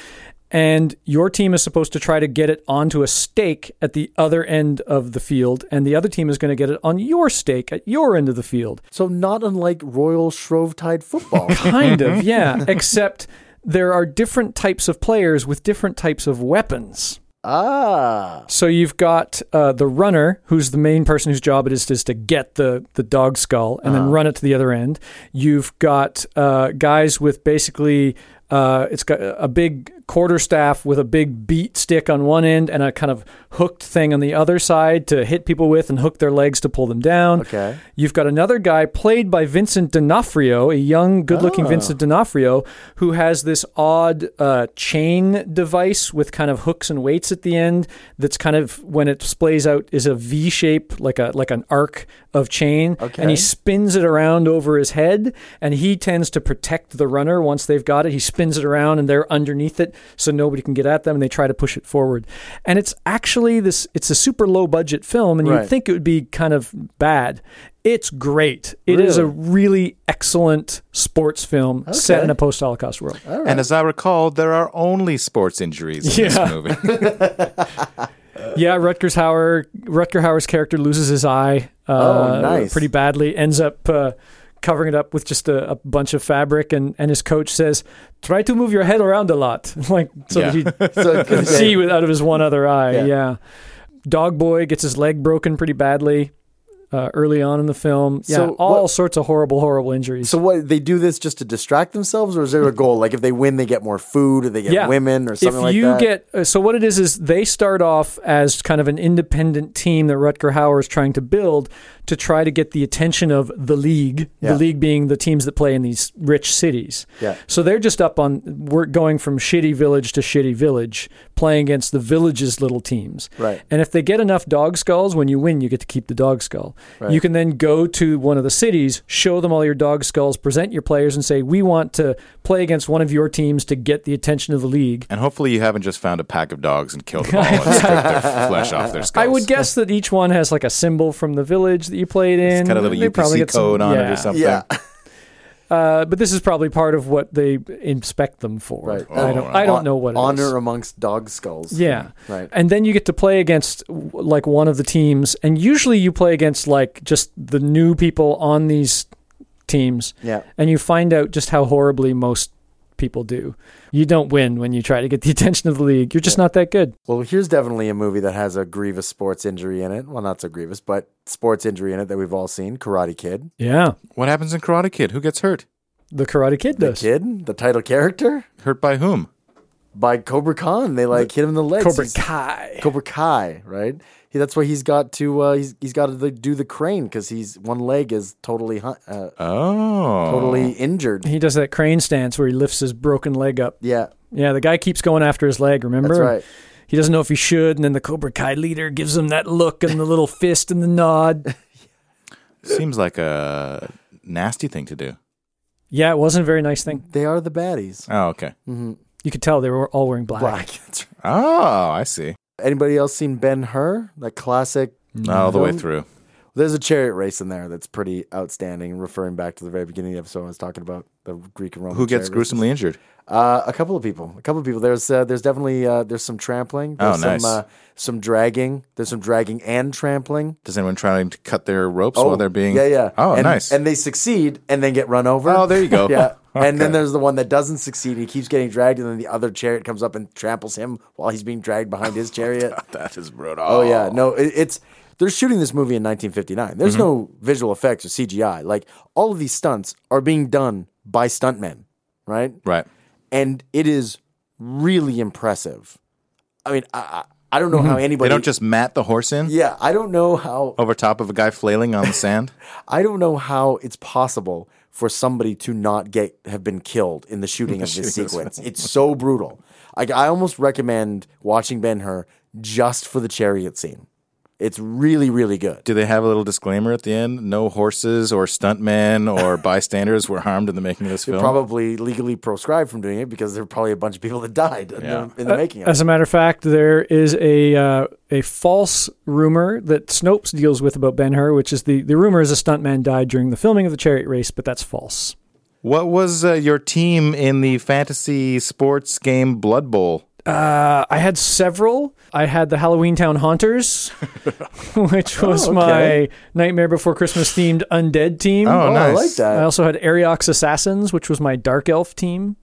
Speaker 2: and your team is supposed to try to get it onto a stake at the other end of the field and the other team is going to get it on your stake at your end of the field
Speaker 3: So not unlike Royal Shrovetide football.
Speaker 2: kind of yeah except there are different types of players with different types of weapons
Speaker 3: ah.
Speaker 2: So you've got uh, the runner, who's the main person whose job it is, is to get the the dog skull and then run it to the other end. You've got uh, guys with basically uh, it's got a big quarter staff with a big beat stick on one end and a kind of hooked thing on the other side to hit people with and hook their legs to pull them down.
Speaker 3: Okay.
Speaker 2: You've got another guy played by Vincent D'Onofrio, a young,
Speaker 3: Ah.
Speaker 2: good-looking Vincent D'Onofrio, who has this odd uh, chain device with kind of hooks and weights at the end. That's kind of when it splays out is a V shape, like a like an arc of chain, and
Speaker 3: Okay.
Speaker 2: he spins it around over his head. And he tends to protect the runner once they've got it. He spins it around, and they're underneath it, so nobody can get at them. And they try to push it forward. And it's actually this. It's a super low-budget film, and
Speaker 3: Right.
Speaker 2: you'd think think it would be kind of bad. It's great. It is a really excellent sports film set in a post Holocaust world.
Speaker 3: Oh.
Speaker 1: And as I recall, there are only sports injuries in
Speaker 2: Yeah.
Speaker 1: this movie.
Speaker 2: Yeah, Rutgers Hauer, Rutger Hauer's character loses his eye uh,
Speaker 3: Oh, nice.
Speaker 2: pretty badly, ends up uh, covering it up with just a, a bunch of fabric, and, and his coach says, Try to move your head around a lot. like, so
Speaker 1: Yeah.
Speaker 2: that he
Speaker 3: So it
Speaker 2: could
Speaker 3: could
Speaker 2: see
Speaker 3: be-
Speaker 2: with, out of his one other eye.
Speaker 3: Yeah.
Speaker 2: Yeah. Dog Boy gets his leg broken pretty badly. Uh, early on in the film, yeah,
Speaker 3: So
Speaker 2: all
Speaker 3: what-
Speaker 2: sorts of horrible, horrible injuries.
Speaker 3: So what they do this just to distract themselves, or is there a goal? Like if they win, they get more food, or they get women, or something
Speaker 2: if
Speaker 3: like
Speaker 2: you
Speaker 3: that.
Speaker 2: get uh, so what it is is they start off as kind of an independent team that Rutger Hauer is trying to build to try to get the attention of the league.
Speaker 3: Yeah.
Speaker 2: The league being the teams that play in these rich cities.
Speaker 3: Yeah.
Speaker 2: So they're just up on we're going from shitty village to shitty village, playing against the village's little teams.
Speaker 3: Right.
Speaker 2: And if they get enough dog skulls, when you win, you get to keep the dog skull. You can then go to one of the cities, show them all your dog skulls, present your players, and say, "We want to play against one of your teams to get the attention of the league."
Speaker 1: and hopefully you haven't just found a pack of dogs and killed them all and stripped their flesh off their skulls.
Speaker 2: I would guess that each one has like a symbol from the village that you played in.
Speaker 1: It's got a little
Speaker 2: They probably
Speaker 1: UPC
Speaker 2: get some-
Speaker 1: code on it
Speaker 2: yeah.
Speaker 1: or something.
Speaker 3: yeah,
Speaker 2: Uh, but this is probably part of what they inspect them for.
Speaker 3: Right.
Speaker 2: I don't, I don't know what it is.
Speaker 3: Oh, honor amongst dog skulls.
Speaker 2: Yeah.
Speaker 3: Right.
Speaker 2: And then you get to play against w- like one of the teams, and usually you play against like just the new people on these teams.
Speaker 3: Yeah.
Speaker 2: And you find out just how horribly most people do. You don't win when you try to get the attention of the league. You're just not that good.
Speaker 3: Well, here's definitely a movie that has a grievous sports injury in it. Well, not so grievous, but sports injury in it that we've all seen. Karate Kid.
Speaker 2: Yeah.
Speaker 1: What happens in Karate Kid? Who gets hurt?
Speaker 2: The Karate Kid
Speaker 3: The
Speaker 2: does.
Speaker 3: kid, the title character,
Speaker 1: Hurt by whom?
Speaker 3: by Cobra Khan. They like hit him in the legs.
Speaker 2: Cobra
Speaker 3: He's-
Speaker 2: Kai.
Speaker 3: Cobra Kai, right? He, that's why he's got to uh, he's he's got to do the crane because he's one leg is totally hu- uh,
Speaker 1: Oh.
Speaker 3: totally injured.
Speaker 2: He does that crane stance where he lifts his broken leg up.
Speaker 3: Yeah,
Speaker 2: Yeah, the guy keeps going after his leg, remember?
Speaker 3: That's right.
Speaker 2: He doesn't know if he should, and then the Cobra Kai leader gives him that look and the little fist and the nod.
Speaker 1: Seems like a nasty thing to do.
Speaker 2: Yeah, it wasn't a very nice thing.
Speaker 3: they are the baddies.
Speaker 1: Oh, okay.
Speaker 2: You could tell they were all wearing black.
Speaker 3: Black. That's right.
Speaker 1: Oh, I see.
Speaker 3: Anybody else seen Ben Hur? That classic.
Speaker 1: All the way
Speaker 3: No.
Speaker 1: through.
Speaker 3: There's a chariot race in there that's pretty outstanding, referring back to the very beginning of the episode when I was talking about the Greek and Roman.
Speaker 1: Who gets
Speaker 3: chariot races.
Speaker 1: gruesomely injured?
Speaker 3: Uh, a couple of people. A couple of people. There's uh, there's definitely uh, there's some trampling.
Speaker 1: Oh,
Speaker 3: There's some,
Speaker 1: nice.
Speaker 3: Uh, some dragging. There's some dragging and trampling.
Speaker 1: Does anyone try to cut their ropes while they're being?
Speaker 3: yeah yeah.
Speaker 1: Oh,
Speaker 3: and,
Speaker 1: nice.
Speaker 3: And they succeed and then get run over.
Speaker 1: Oh, there you go.
Speaker 3: yeah. And then
Speaker 1: Okay.
Speaker 3: there's the one that doesn't succeed. He keeps getting dragged, and then the other chariot comes up and tramples him while he's being dragged behind his chariot.
Speaker 1: that is brutal.
Speaker 3: Oh yeah, no, it, it's they're shooting this movie in 1959.
Speaker 1: Mm-hmm.
Speaker 3: There's no visual effects or CGI. Like all of these stunts are being done by stuntmen, right?
Speaker 1: Right.
Speaker 3: And it is really impressive. I mean, I I I don't know how
Speaker 1: Mm-hmm. They
Speaker 3: anybody
Speaker 1: don't just mat the horse in
Speaker 3: yeah, I don't know how
Speaker 1: over top of a guy flailing on the sand.
Speaker 3: I don't know how it's possible for somebody to not get have been killed in the shooting of this
Speaker 1: Shooting this
Speaker 3: sequence. it's so brutal. Like I almost recommend watching Ben Hur just for the chariot scene. It's really really good.
Speaker 1: Do they have a little disclaimer at the end? No horses or stuntmen or bystanders were harmed in the making of this film.
Speaker 3: probably legally proscribed from doing it because there were probably a bunch of people that died in,
Speaker 1: Yeah.
Speaker 3: the, in the making of
Speaker 2: As
Speaker 3: it.
Speaker 2: a matter of fact, there is a uh, a false rumor that Snopes deals with about Ben Hur, which is the the rumor is a stuntman died during the filming of the chariot race, but that's false.
Speaker 1: What was uh, your team in the fantasy sports game Blood Bowl?
Speaker 2: Uh, I had several. I had the Halloween Town Haunters, which
Speaker 1: Oh,
Speaker 2: was
Speaker 3: okay.
Speaker 2: my Nightmare Before Christmas themed undead team.
Speaker 1: Oh,
Speaker 3: Oh, I
Speaker 1: nice.
Speaker 3: like
Speaker 2: I
Speaker 3: that.
Speaker 2: also had Ariox Assassins, which was my dark elf team.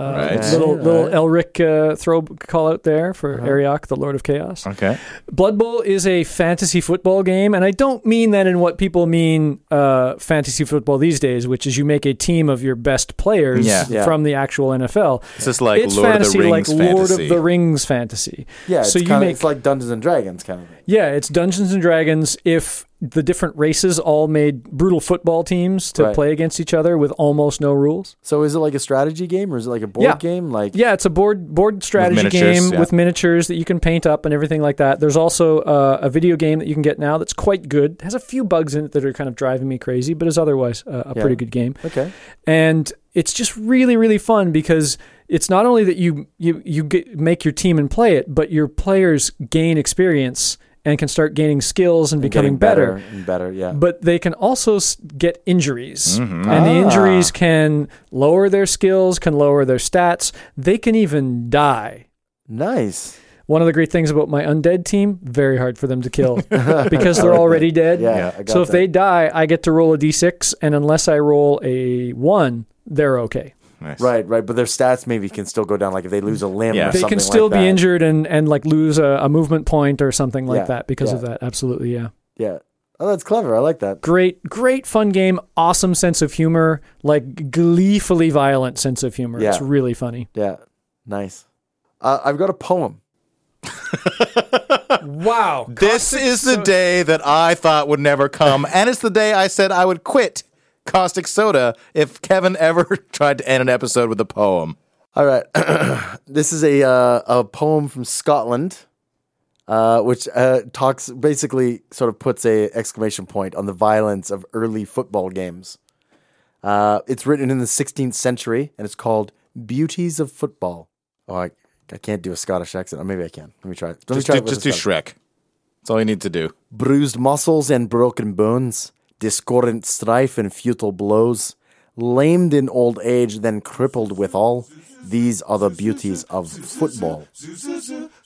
Speaker 1: right. Uh-huh.
Speaker 2: little
Speaker 3: Yeah.
Speaker 2: little Elric uh, throw call out there for Arioch, the Lord of Chaos.
Speaker 1: Okay.
Speaker 2: Blood Bowl is a fantasy football game, and I don't mean that in what people mean uh, fantasy football these days, which is you make a team of your best players
Speaker 1: Yeah.
Speaker 3: Yeah.
Speaker 2: from the actual NFL.
Speaker 1: This is like
Speaker 2: it's
Speaker 1: Lord
Speaker 2: fantasy
Speaker 1: of the
Speaker 2: like
Speaker 1: Rings
Speaker 2: Lord
Speaker 1: fantasy.
Speaker 2: of the Rings fantasy.
Speaker 3: Yeah, it's,
Speaker 2: so you
Speaker 3: kinda,
Speaker 2: make
Speaker 3: it's like Dungeons and Dragons kind of thing.
Speaker 2: yeah, it's Dungeons and Dragons if the different races all made brutal football teams to
Speaker 3: Right.
Speaker 2: play against each other with almost no rules.
Speaker 3: So is it like a strategy game or is it like a board
Speaker 2: Yeah.
Speaker 3: game? Like
Speaker 2: Yeah, it's a board board strategy
Speaker 1: miniatures,
Speaker 2: game
Speaker 1: yeah.
Speaker 2: with miniatures that you can paint up and everything like that. There's also uh, a video game that you can get now that's quite good. It has a few bugs in it that are kind of driving me crazy, but is otherwise uh, a
Speaker 3: Yeah.
Speaker 2: pretty good game.
Speaker 3: Okay.
Speaker 2: And it's just really really fun because it's not only that you you you get, make your team and play it, but your players gain experience and can start gaining skills and, becoming
Speaker 3: Getting
Speaker 2: better.
Speaker 3: and better, yeah.
Speaker 2: But they can also s- get injuries,
Speaker 3: Mm-hmm.
Speaker 2: and
Speaker 3: Ah.
Speaker 2: the injuries can lower their skills, can lower their stats. They can even die.
Speaker 3: nice.
Speaker 2: One of the great things about my undead team, very hard for them to kill because they're already dead.
Speaker 3: Yeah, I got
Speaker 2: So if
Speaker 3: that.
Speaker 2: they die, I get to roll a d6, and unless I roll a one, they're okay.
Speaker 1: Nice.
Speaker 3: Right, right, but their stats maybe can still go down like if they lose a limb
Speaker 1: Yeah.
Speaker 3: or
Speaker 2: They
Speaker 3: something
Speaker 2: can still
Speaker 3: like that.
Speaker 2: be injured and, and like lose a, a movement point or something like
Speaker 3: Yeah,
Speaker 2: that because of
Speaker 3: yeah.
Speaker 2: that. Absolutely, yeah.
Speaker 3: Yeah. Oh, that's clever. I like that.
Speaker 2: Great, great fun game. Awesome sense of humor, like gleefully violent sense of humor. It's
Speaker 3: Yeah.
Speaker 2: really funny.
Speaker 3: Yeah. Nice. Uh, I've got a poem.
Speaker 2: Wow.
Speaker 1: This is the day that I thought would never come, and it's the day I said I would quit caustic soda if Kevin ever tried to end an episode with a poem.
Speaker 3: All right. this is a uh, a poem from Scotland, uh, which uh, talks basically sort of puts a exclamation point on the violence of early football games. Uh, it's written in the 16th century and it's called "Beauties of Football." Oh, I, I can't do a Scottish accent. Or maybe I can. Let me try. it. Let me
Speaker 1: Just
Speaker 3: try
Speaker 1: do,
Speaker 3: it with
Speaker 1: just
Speaker 3: a
Speaker 1: do
Speaker 3: Scottish-
Speaker 1: Shrek. That's all you need to do.
Speaker 3: bruised muscles and broken bones, discordant strife and futile blows, lamed in old age, then crippled withal. These are the beauties of football.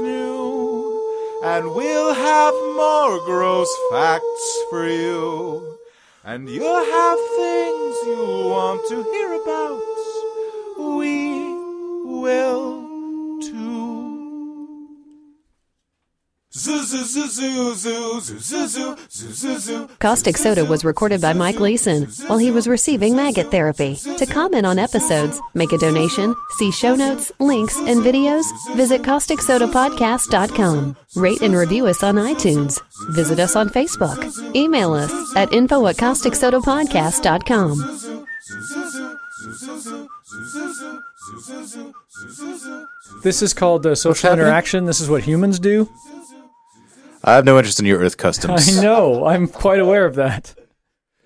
Speaker 5: new. And we'll have more gross facts for you. And you'll have things you'll want to hear about. We will too. Zoo,
Speaker 6: Caustic Soda was recorded by Mike Leeson while he was receiving maggot therapy. To comment on episodes, make a donation, see show notes, links, and videos, visit causticsodapodcast.com. Rate and review us on iTunes. Visit us on Facebook. Email us at info at causticsodapodcast.com.
Speaker 2: This is called uh, social
Speaker 3: happening?
Speaker 2: interaction. This is what humans do.
Speaker 1: I have no interest in your Earth customs.
Speaker 2: I know. I'm quite aware of that.